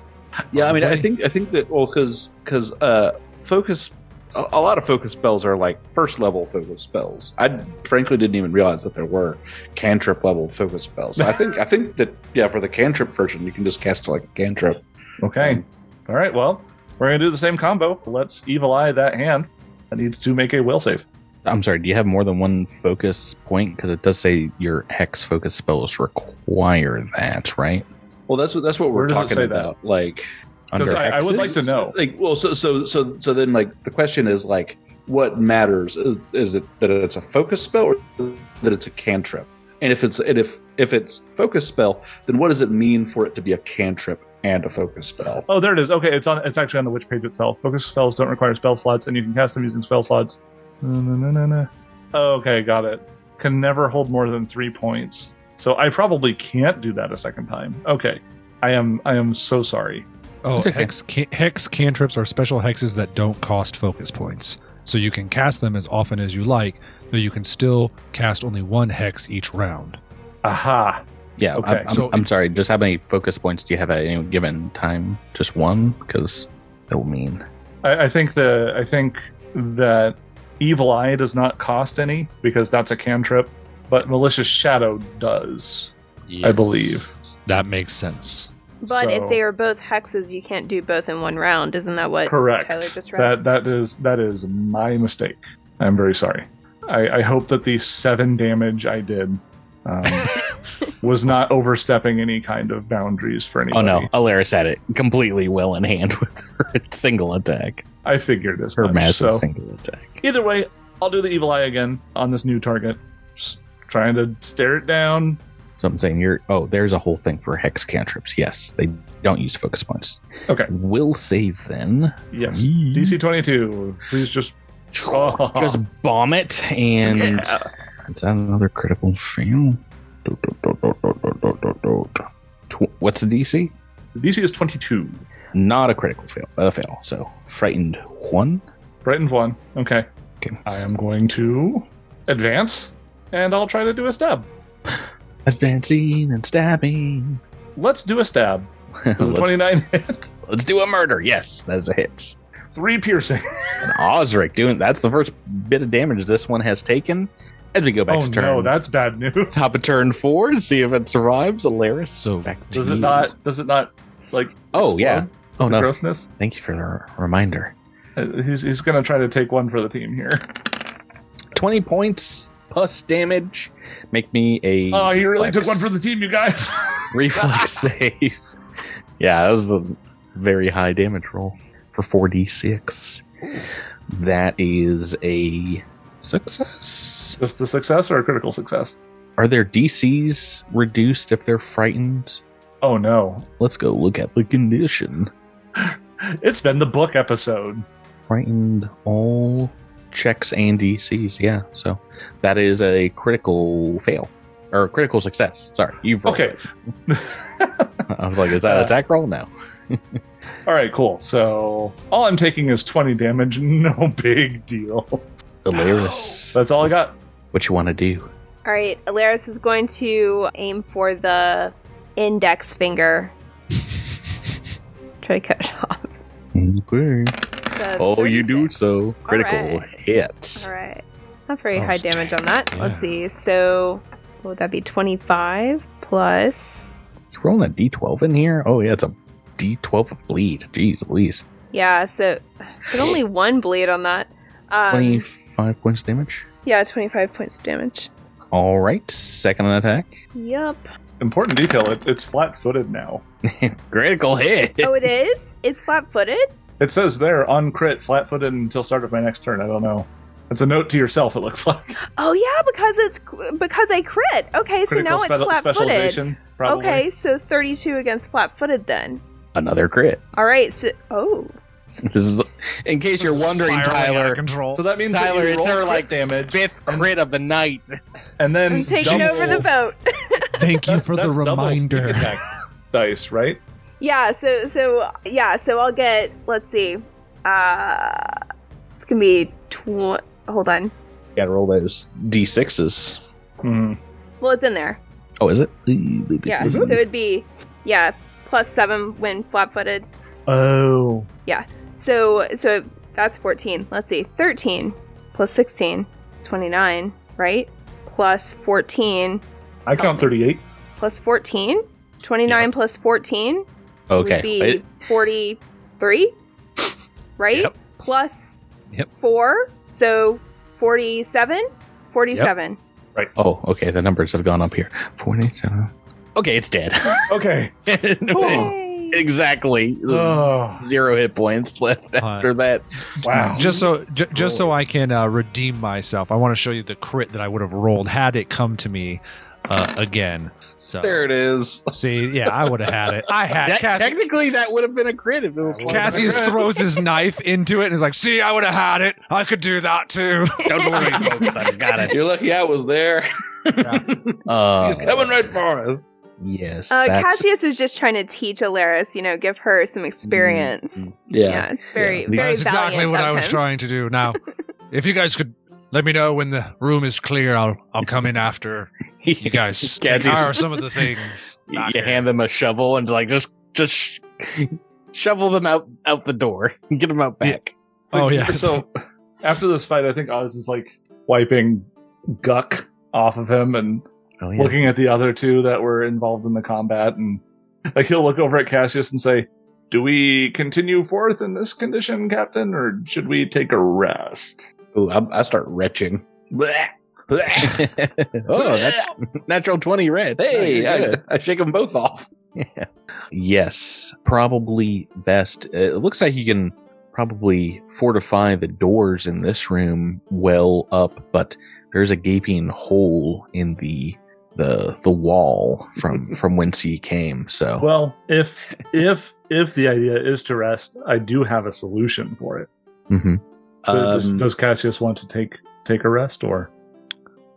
[SPEAKER 4] Yeah, I mean, I
[SPEAKER 3] Probably.
[SPEAKER 4] think I think that well, because because uh, focus, a, a lot of focus spells are like first level focus spells. I frankly didn't even realize that there were cantrip level focus spells. So I think I think that yeah, for the cantrip version, you can just cast like a cantrip.
[SPEAKER 3] Okay, all right. Well, we're gonna do the same combo. Let's evil eye that hand that needs to make a will save.
[SPEAKER 1] I'm sorry, do you have more than one focus point? Because it does say your hex focus spells require that, right?
[SPEAKER 4] Well, that's what that's what
[SPEAKER 3] Where
[SPEAKER 4] we're
[SPEAKER 3] does it
[SPEAKER 4] talking
[SPEAKER 3] say that?
[SPEAKER 4] about. Like,
[SPEAKER 3] Because
[SPEAKER 1] Under
[SPEAKER 3] I, I would like to
[SPEAKER 4] hexes?
[SPEAKER 3] know.
[SPEAKER 4] Like, well, so so so so then like the question is like, what matters is is it that it's a focus spell or that it's a cantrip? And if it's and if if it's focus spell, then what does it mean for it to be a cantrip and a focus spell?
[SPEAKER 3] Oh, there it is. Okay, it's on. It's actually on the witch page itself. Focus spells don't require spell slots, and you can cast them using spell slots. No, no, no, no, no. Okay, got it. Can never hold more than three points. So I probably can't do that a second time. Okay, I am. I am so sorry.
[SPEAKER 5] Oh,
[SPEAKER 1] That's okay.
[SPEAKER 5] hex can- hex cantrips are special hexes that don't cost focus points, so you can cast them as often as you like, though you can still cast only one hex each round. Um,
[SPEAKER 3] Aha.
[SPEAKER 1] yeah,
[SPEAKER 3] okay,
[SPEAKER 1] I, am
[SPEAKER 5] so-
[SPEAKER 1] I'm sorry. Just how many focus points do you have at any given time? Just one? Because that will mean.
[SPEAKER 3] I, I think the. I think that evil eye does not cost any because that's a cantrip, but malicious shadow does. I believe.
[SPEAKER 5] That makes sense.
[SPEAKER 6] But
[SPEAKER 3] So-
[SPEAKER 6] if they are both hexes, you can't do both in one round. Isn't that what
[SPEAKER 3] Correct.
[SPEAKER 6] Tyler just read?
[SPEAKER 3] That that is that is my mistake. I'm very sorry. I, I hope that the seven damage I did um, was not overstepping any kind of boundays for
[SPEAKER 9] Oh
[SPEAKER 3] anybody.
[SPEAKER 9] no, Alaris had it completely well in hand with her single attack,
[SPEAKER 3] I figured this.
[SPEAKER 9] her
[SPEAKER 3] Much,
[SPEAKER 9] massive
[SPEAKER 3] so
[SPEAKER 9] single attack.
[SPEAKER 3] either way, I'll do the evil eye again on this new target. Just trying to stare it down.
[SPEAKER 1] So I'm saying you're. Oh, there's a whole thing for hex cantrips. Yes, they don't use focus points.
[SPEAKER 3] Okay.
[SPEAKER 1] Will save then.
[SPEAKER 3] Yes. DC 22. Please just
[SPEAKER 1] Just bomb it and. Is that another critical fail? Tw- What's the DC?
[SPEAKER 3] The DC is 22.
[SPEAKER 1] Not a critical fail, but a fail. So frightened one.
[SPEAKER 3] Frightened one. Okay.
[SPEAKER 1] Okay.
[SPEAKER 3] I am going to advance, and I'll try to do a stab.
[SPEAKER 1] Advancing and stabbing.
[SPEAKER 3] Let's do a stab. Does a
[SPEAKER 1] let's,
[SPEAKER 3] 29
[SPEAKER 1] let's do a murder. Yes, that is a hit.
[SPEAKER 3] three piercing.
[SPEAKER 1] And Osric doing that's the first bit of damage this one has taken. As we go back
[SPEAKER 3] oh
[SPEAKER 1] to turn,
[SPEAKER 3] no, that's bad news.
[SPEAKER 1] top of turn four to see if it survives. Alaris, so back to
[SPEAKER 3] does it
[SPEAKER 1] you.
[SPEAKER 3] not? Does it not? Like
[SPEAKER 1] Oh yeah.
[SPEAKER 3] explode?
[SPEAKER 1] Oh
[SPEAKER 3] The
[SPEAKER 1] no.
[SPEAKER 3] grossness.
[SPEAKER 1] Thank you for the reminder.
[SPEAKER 3] Uh, He's he's gonna try to take one for the team here.
[SPEAKER 1] Twenty points plus damage. Make me a
[SPEAKER 3] Oh, he really took
[SPEAKER 1] Flex.
[SPEAKER 3] one for the team, you guys.
[SPEAKER 1] reflex save. Yeah, that was a very high damage roll for 4d6. That is a success.
[SPEAKER 3] Just a success or a critical success?
[SPEAKER 1] Are their DCs reduced if they're frightened?
[SPEAKER 3] Oh no,
[SPEAKER 1] Let's go look at the condition.
[SPEAKER 3] it's been the book episode.
[SPEAKER 1] Frightened all checks and DCs. Yeah, so that is a critical fail or a critical success. Sorry, you've rolled
[SPEAKER 3] Okay.
[SPEAKER 1] it. I was like, is that an
[SPEAKER 3] Uh,
[SPEAKER 1] attack roll? No.
[SPEAKER 3] All right, cool. So all I'm taking is 20 damage. No big deal.
[SPEAKER 1] Hilarious.
[SPEAKER 3] That's all I got.
[SPEAKER 1] what you want to do?
[SPEAKER 6] All right, Alaris is going to aim for the index finger. Try to cut it off.
[SPEAKER 1] Okay.
[SPEAKER 6] The
[SPEAKER 1] Oh, you do
[SPEAKER 6] 36.
[SPEAKER 1] so. Critical
[SPEAKER 6] right.
[SPEAKER 1] hits.
[SPEAKER 6] All right. Not very
[SPEAKER 5] Oh,
[SPEAKER 6] high
[SPEAKER 5] it's
[SPEAKER 6] damage
[SPEAKER 5] dang.
[SPEAKER 6] on that.
[SPEAKER 5] Yeah.
[SPEAKER 6] Let's see. So, what would that be? 25 plus.
[SPEAKER 1] You rolling a d12 in here? Oh, yeah, it's a d12 of bleed. Jeez Louise.
[SPEAKER 6] Yeah, so but only one bleed on that. Um,
[SPEAKER 1] 25 points of damage.
[SPEAKER 6] Yeah, 25 points of damage.
[SPEAKER 1] All right, second attack.
[SPEAKER 6] Yep.
[SPEAKER 3] Important detail. It, it's flat-footed now.
[SPEAKER 1] Critical hit.
[SPEAKER 6] Oh, it is? It's flat footed?
[SPEAKER 3] It says there on crit, flat-footed until start of my next turn. I don't know. It's a note to yourself. It looks like.
[SPEAKER 6] Oh, yeah, because it's because I crit. Okay, so now it's
[SPEAKER 3] sped-
[SPEAKER 6] flat footed.
[SPEAKER 3] specialization, probably.
[SPEAKER 6] Okay, so 32 against flat footed then.
[SPEAKER 1] Another crit.
[SPEAKER 6] All right, so. Oh.
[SPEAKER 1] This is- in case you're wondering,
[SPEAKER 5] Spiraling out of
[SPEAKER 1] Tyler,
[SPEAKER 5] control.
[SPEAKER 3] So that means
[SPEAKER 1] Tyler,
[SPEAKER 3] that you
[SPEAKER 1] it's
[SPEAKER 3] roll
[SPEAKER 1] her
[SPEAKER 3] crit
[SPEAKER 1] like
[SPEAKER 3] damage,
[SPEAKER 1] fifth crit of the night.
[SPEAKER 3] and then
[SPEAKER 6] I'm taking
[SPEAKER 3] double,
[SPEAKER 6] over the vote.
[SPEAKER 5] Thank you
[SPEAKER 3] That's-
[SPEAKER 5] for the
[SPEAKER 3] that's double sneak
[SPEAKER 5] reminder.
[SPEAKER 3] attack dice, right?
[SPEAKER 6] Yeah, so so yeah, so I'll get let's see. Uh it's gonna be tw- hold on.
[SPEAKER 9] gotta roll those d6s.
[SPEAKER 3] Hmm.
[SPEAKER 6] Well it's in there.
[SPEAKER 9] Oh, is it?
[SPEAKER 6] Yeah. so it'd be yeah, plus seven when flat footed.
[SPEAKER 3] Oh,
[SPEAKER 6] So so that's fourteen. Let's see. Thirteen plus sixteen is twenty nine, right? Plus fourteen
[SPEAKER 3] I count thirty-eight.
[SPEAKER 6] plus fourteen? Twenty nine plus fourteen would be
[SPEAKER 9] Okay.
[SPEAKER 6] 43, right?
[SPEAKER 5] Yep.
[SPEAKER 6] Plus
[SPEAKER 5] Yep.
[SPEAKER 6] 4, so 47? 47.
[SPEAKER 9] Oh, okay. The numbers have gone up here. 47. Okay, it's dead.
[SPEAKER 3] Okay.
[SPEAKER 9] exactly.
[SPEAKER 3] Oh,
[SPEAKER 9] Zero hit points left after that.
[SPEAKER 3] wow.
[SPEAKER 5] Just so, j- just so I can uh, redeem myself, I want to show you the crit that I would have rolled had it come to me uh, again. So
[SPEAKER 4] There it is.
[SPEAKER 5] see, yeah, I would have had it. I had
[SPEAKER 9] That-
[SPEAKER 5] Cass-
[SPEAKER 9] technically, that would have been a crit if it was
[SPEAKER 5] Cassius throws his knife into it and is like, "See, I would have had it. I could do that too."
[SPEAKER 9] Don't worry, folks. I've got it.
[SPEAKER 4] You're lucky I was there.
[SPEAKER 9] Uh,
[SPEAKER 4] He's coming right for us.
[SPEAKER 9] Yes.
[SPEAKER 6] Uh,
[SPEAKER 9] that's-
[SPEAKER 6] Cassius is just trying to teach Alaris, you know, give her some experience.
[SPEAKER 4] Yeah.
[SPEAKER 6] yeah. it's very,
[SPEAKER 9] That's
[SPEAKER 6] very
[SPEAKER 5] That's exactly
[SPEAKER 6] valiant
[SPEAKER 5] what
[SPEAKER 6] of
[SPEAKER 5] I was
[SPEAKER 6] him.
[SPEAKER 5] trying to do. Now, if you guys could let me know when the room is clear, I'll I'll come in after you guys
[SPEAKER 9] Cassius.
[SPEAKER 5] retire some of the things.
[SPEAKER 9] you you hand them a shovel and like just just sh- shovel them out out the door get them out
[SPEAKER 5] Yeah.
[SPEAKER 9] back
[SPEAKER 5] Oh yeah,
[SPEAKER 3] so after this fight, I think Oz is like wiping guck off of him and
[SPEAKER 9] oh
[SPEAKER 3] looking at the other two that were involved in the combat, and like he'll look over at Cassius and say, "Do we continue forth in this condition, Captain, or should we take a rest?"
[SPEAKER 4] Ooh, I, I start retching.
[SPEAKER 9] oh that's natural 20 red
[SPEAKER 4] Hey,
[SPEAKER 9] No, you're
[SPEAKER 4] I,
[SPEAKER 9] good.
[SPEAKER 4] I shake them both off.
[SPEAKER 1] Yes, probably best. Uh, It looks like you can probably fortify the doors in this room well up, but there's a gaping hole in the the the wall from from whence he came. So
[SPEAKER 3] Well, if if if the idea is to rest, I do have a solution for it.
[SPEAKER 1] Mhm.
[SPEAKER 3] does,
[SPEAKER 4] Um,
[SPEAKER 3] does Cassius want to take take a rest, or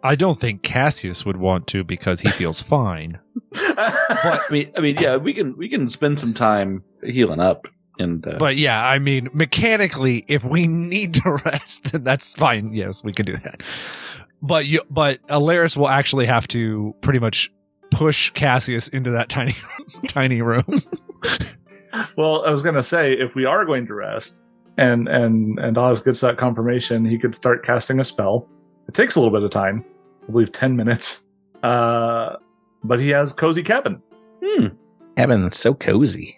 [SPEAKER 5] I don't think Cassius would want to because he feels fine.
[SPEAKER 4] I mean, I mean, yeah, we can we can spend some time healing up and uh,
[SPEAKER 5] But yeah, I mean, mechanically, if we need to rest, then that's fine. Yes, we can do that. But you, but Alaris will actually have to pretty much push Cassius into that tiny, tiny room.
[SPEAKER 3] Well, I was gonna say if we are going to rest, and and and Oz gets that confirmation, he could start casting a spell. It takes a little bit of time, I believe ten minutes. Uh, but he has cozy cabin.
[SPEAKER 4] hmm.
[SPEAKER 1] Cabin is so cozy.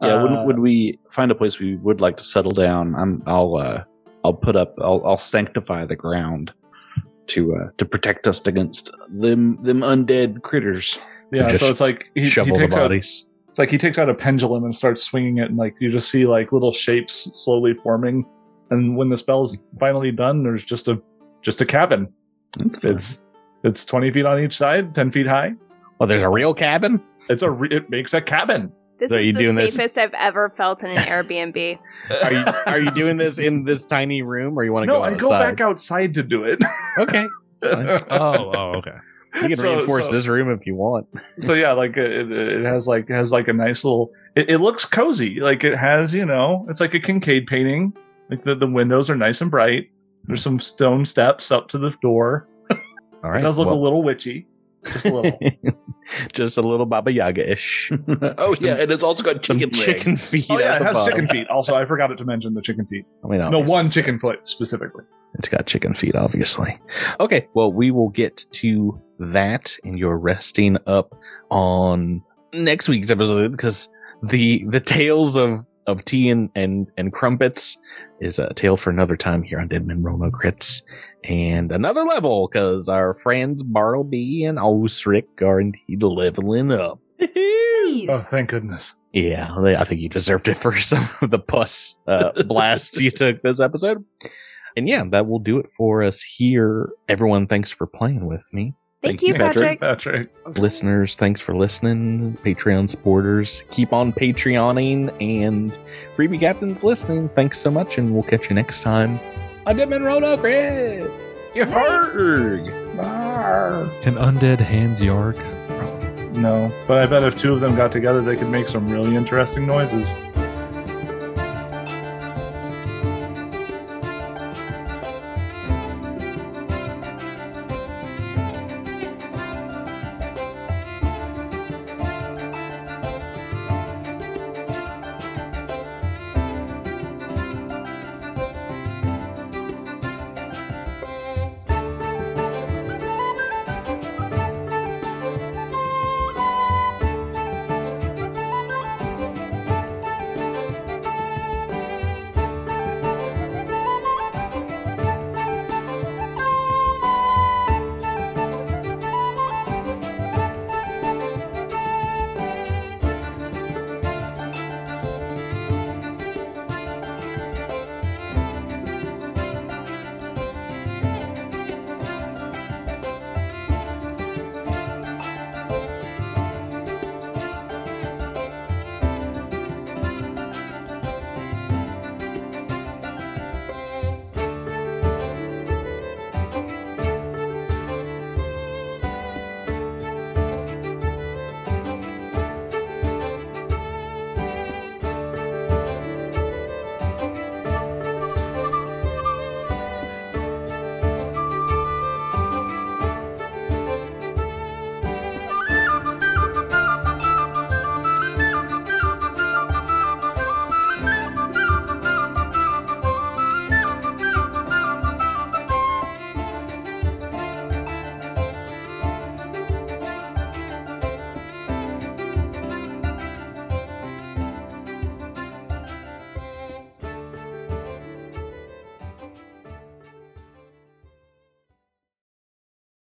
[SPEAKER 4] yeah,
[SPEAKER 3] Uh,
[SPEAKER 4] would would we find a place we would like to settle down? I'm I'll uh, I'll put up I'll, I'll sanctify the ground to uh, to protect us against them them undead critters.
[SPEAKER 3] Yeah, so,
[SPEAKER 1] just
[SPEAKER 3] it's like he, he
[SPEAKER 1] Shovel the
[SPEAKER 3] takes out
[SPEAKER 1] bodies.
[SPEAKER 3] it's like he takes out a pendulum and starts swinging it, and like you just see like little shapes slowly forming. And when the spell's finally done, there's just a just a cabin.
[SPEAKER 4] That's fine.
[SPEAKER 3] It's it's twenty feet on each side, ten feet high.
[SPEAKER 9] well oh, there's a real cabin
[SPEAKER 3] It's a re- it makes a cabin.
[SPEAKER 6] This
[SPEAKER 9] So
[SPEAKER 6] is
[SPEAKER 9] you
[SPEAKER 6] the
[SPEAKER 9] doing this-
[SPEAKER 6] safest I've ever felt in an Airbnb.
[SPEAKER 9] are you are you doing this in this tiny room or you want to
[SPEAKER 3] No,
[SPEAKER 9] go
[SPEAKER 3] I
[SPEAKER 9] outside
[SPEAKER 3] go back outside to do it.
[SPEAKER 9] okay
[SPEAKER 5] oh, oh, okay.
[SPEAKER 9] you can
[SPEAKER 3] So-
[SPEAKER 9] reinforce
[SPEAKER 3] so-
[SPEAKER 9] this room if you want
[SPEAKER 3] so yeah like uh, it, it has like it has like a nice little it, it looks cozy like it has you know it's like a kincaid painting like the, the windows are nice and bright there's some stone steps up to the door
[SPEAKER 1] All
[SPEAKER 3] it
[SPEAKER 1] right.
[SPEAKER 3] does look
[SPEAKER 1] well-
[SPEAKER 3] a little witchy just a little
[SPEAKER 1] Just a little Baba Yaga ish.
[SPEAKER 4] oh yeah, and it's also got
[SPEAKER 1] Some
[SPEAKER 4] chicken legs.
[SPEAKER 1] chicken feet.
[SPEAKER 3] oh yeah
[SPEAKER 1] at
[SPEAKER 3] it
[SPEAKER 1] the
[SPEAKER 3] has
[SPEAKER 1] bottom.
[SPEAKER 3] chicken feet also i forgot to mention the chicken feet
[SPEAKER 1] I mean,
[SPEAKER 3] no one chicken foot specifically
[SPEAKER 1] It's got chicken feet, obviously. Okay, well, we will get to that and your resting up on next week's episode because the the tales of of tea and and, and crumpets is a tale for another time here on Deadman Romo Crits and another level because our friends Bartleby and Osric are indeed leveling up.
[SPEAKER 3] oh thank goodness
[SPEAKER 1] Yeah, they- I think you deserved it for some of the puss uh, blasts you took this episode. And yeah, that will do it for us here. Everyone, thanks for playing with me.
[SPEAKER 6] Thank, you, Patrick.
[SPEAKER 3] patrick
[SPEAKER 1] Listeners, thanks for listening. Patreon supporters, keep on Patreoning. And Freebie Captains listening, thanks so much. And we'll catch you next time on Deadman Rono Crits. Yarg!
[SPEAKER 5] An undead hands yard. Probably.
[SPEAKER 3] No. But I bet if two of them got together, they could make some really interesting noises.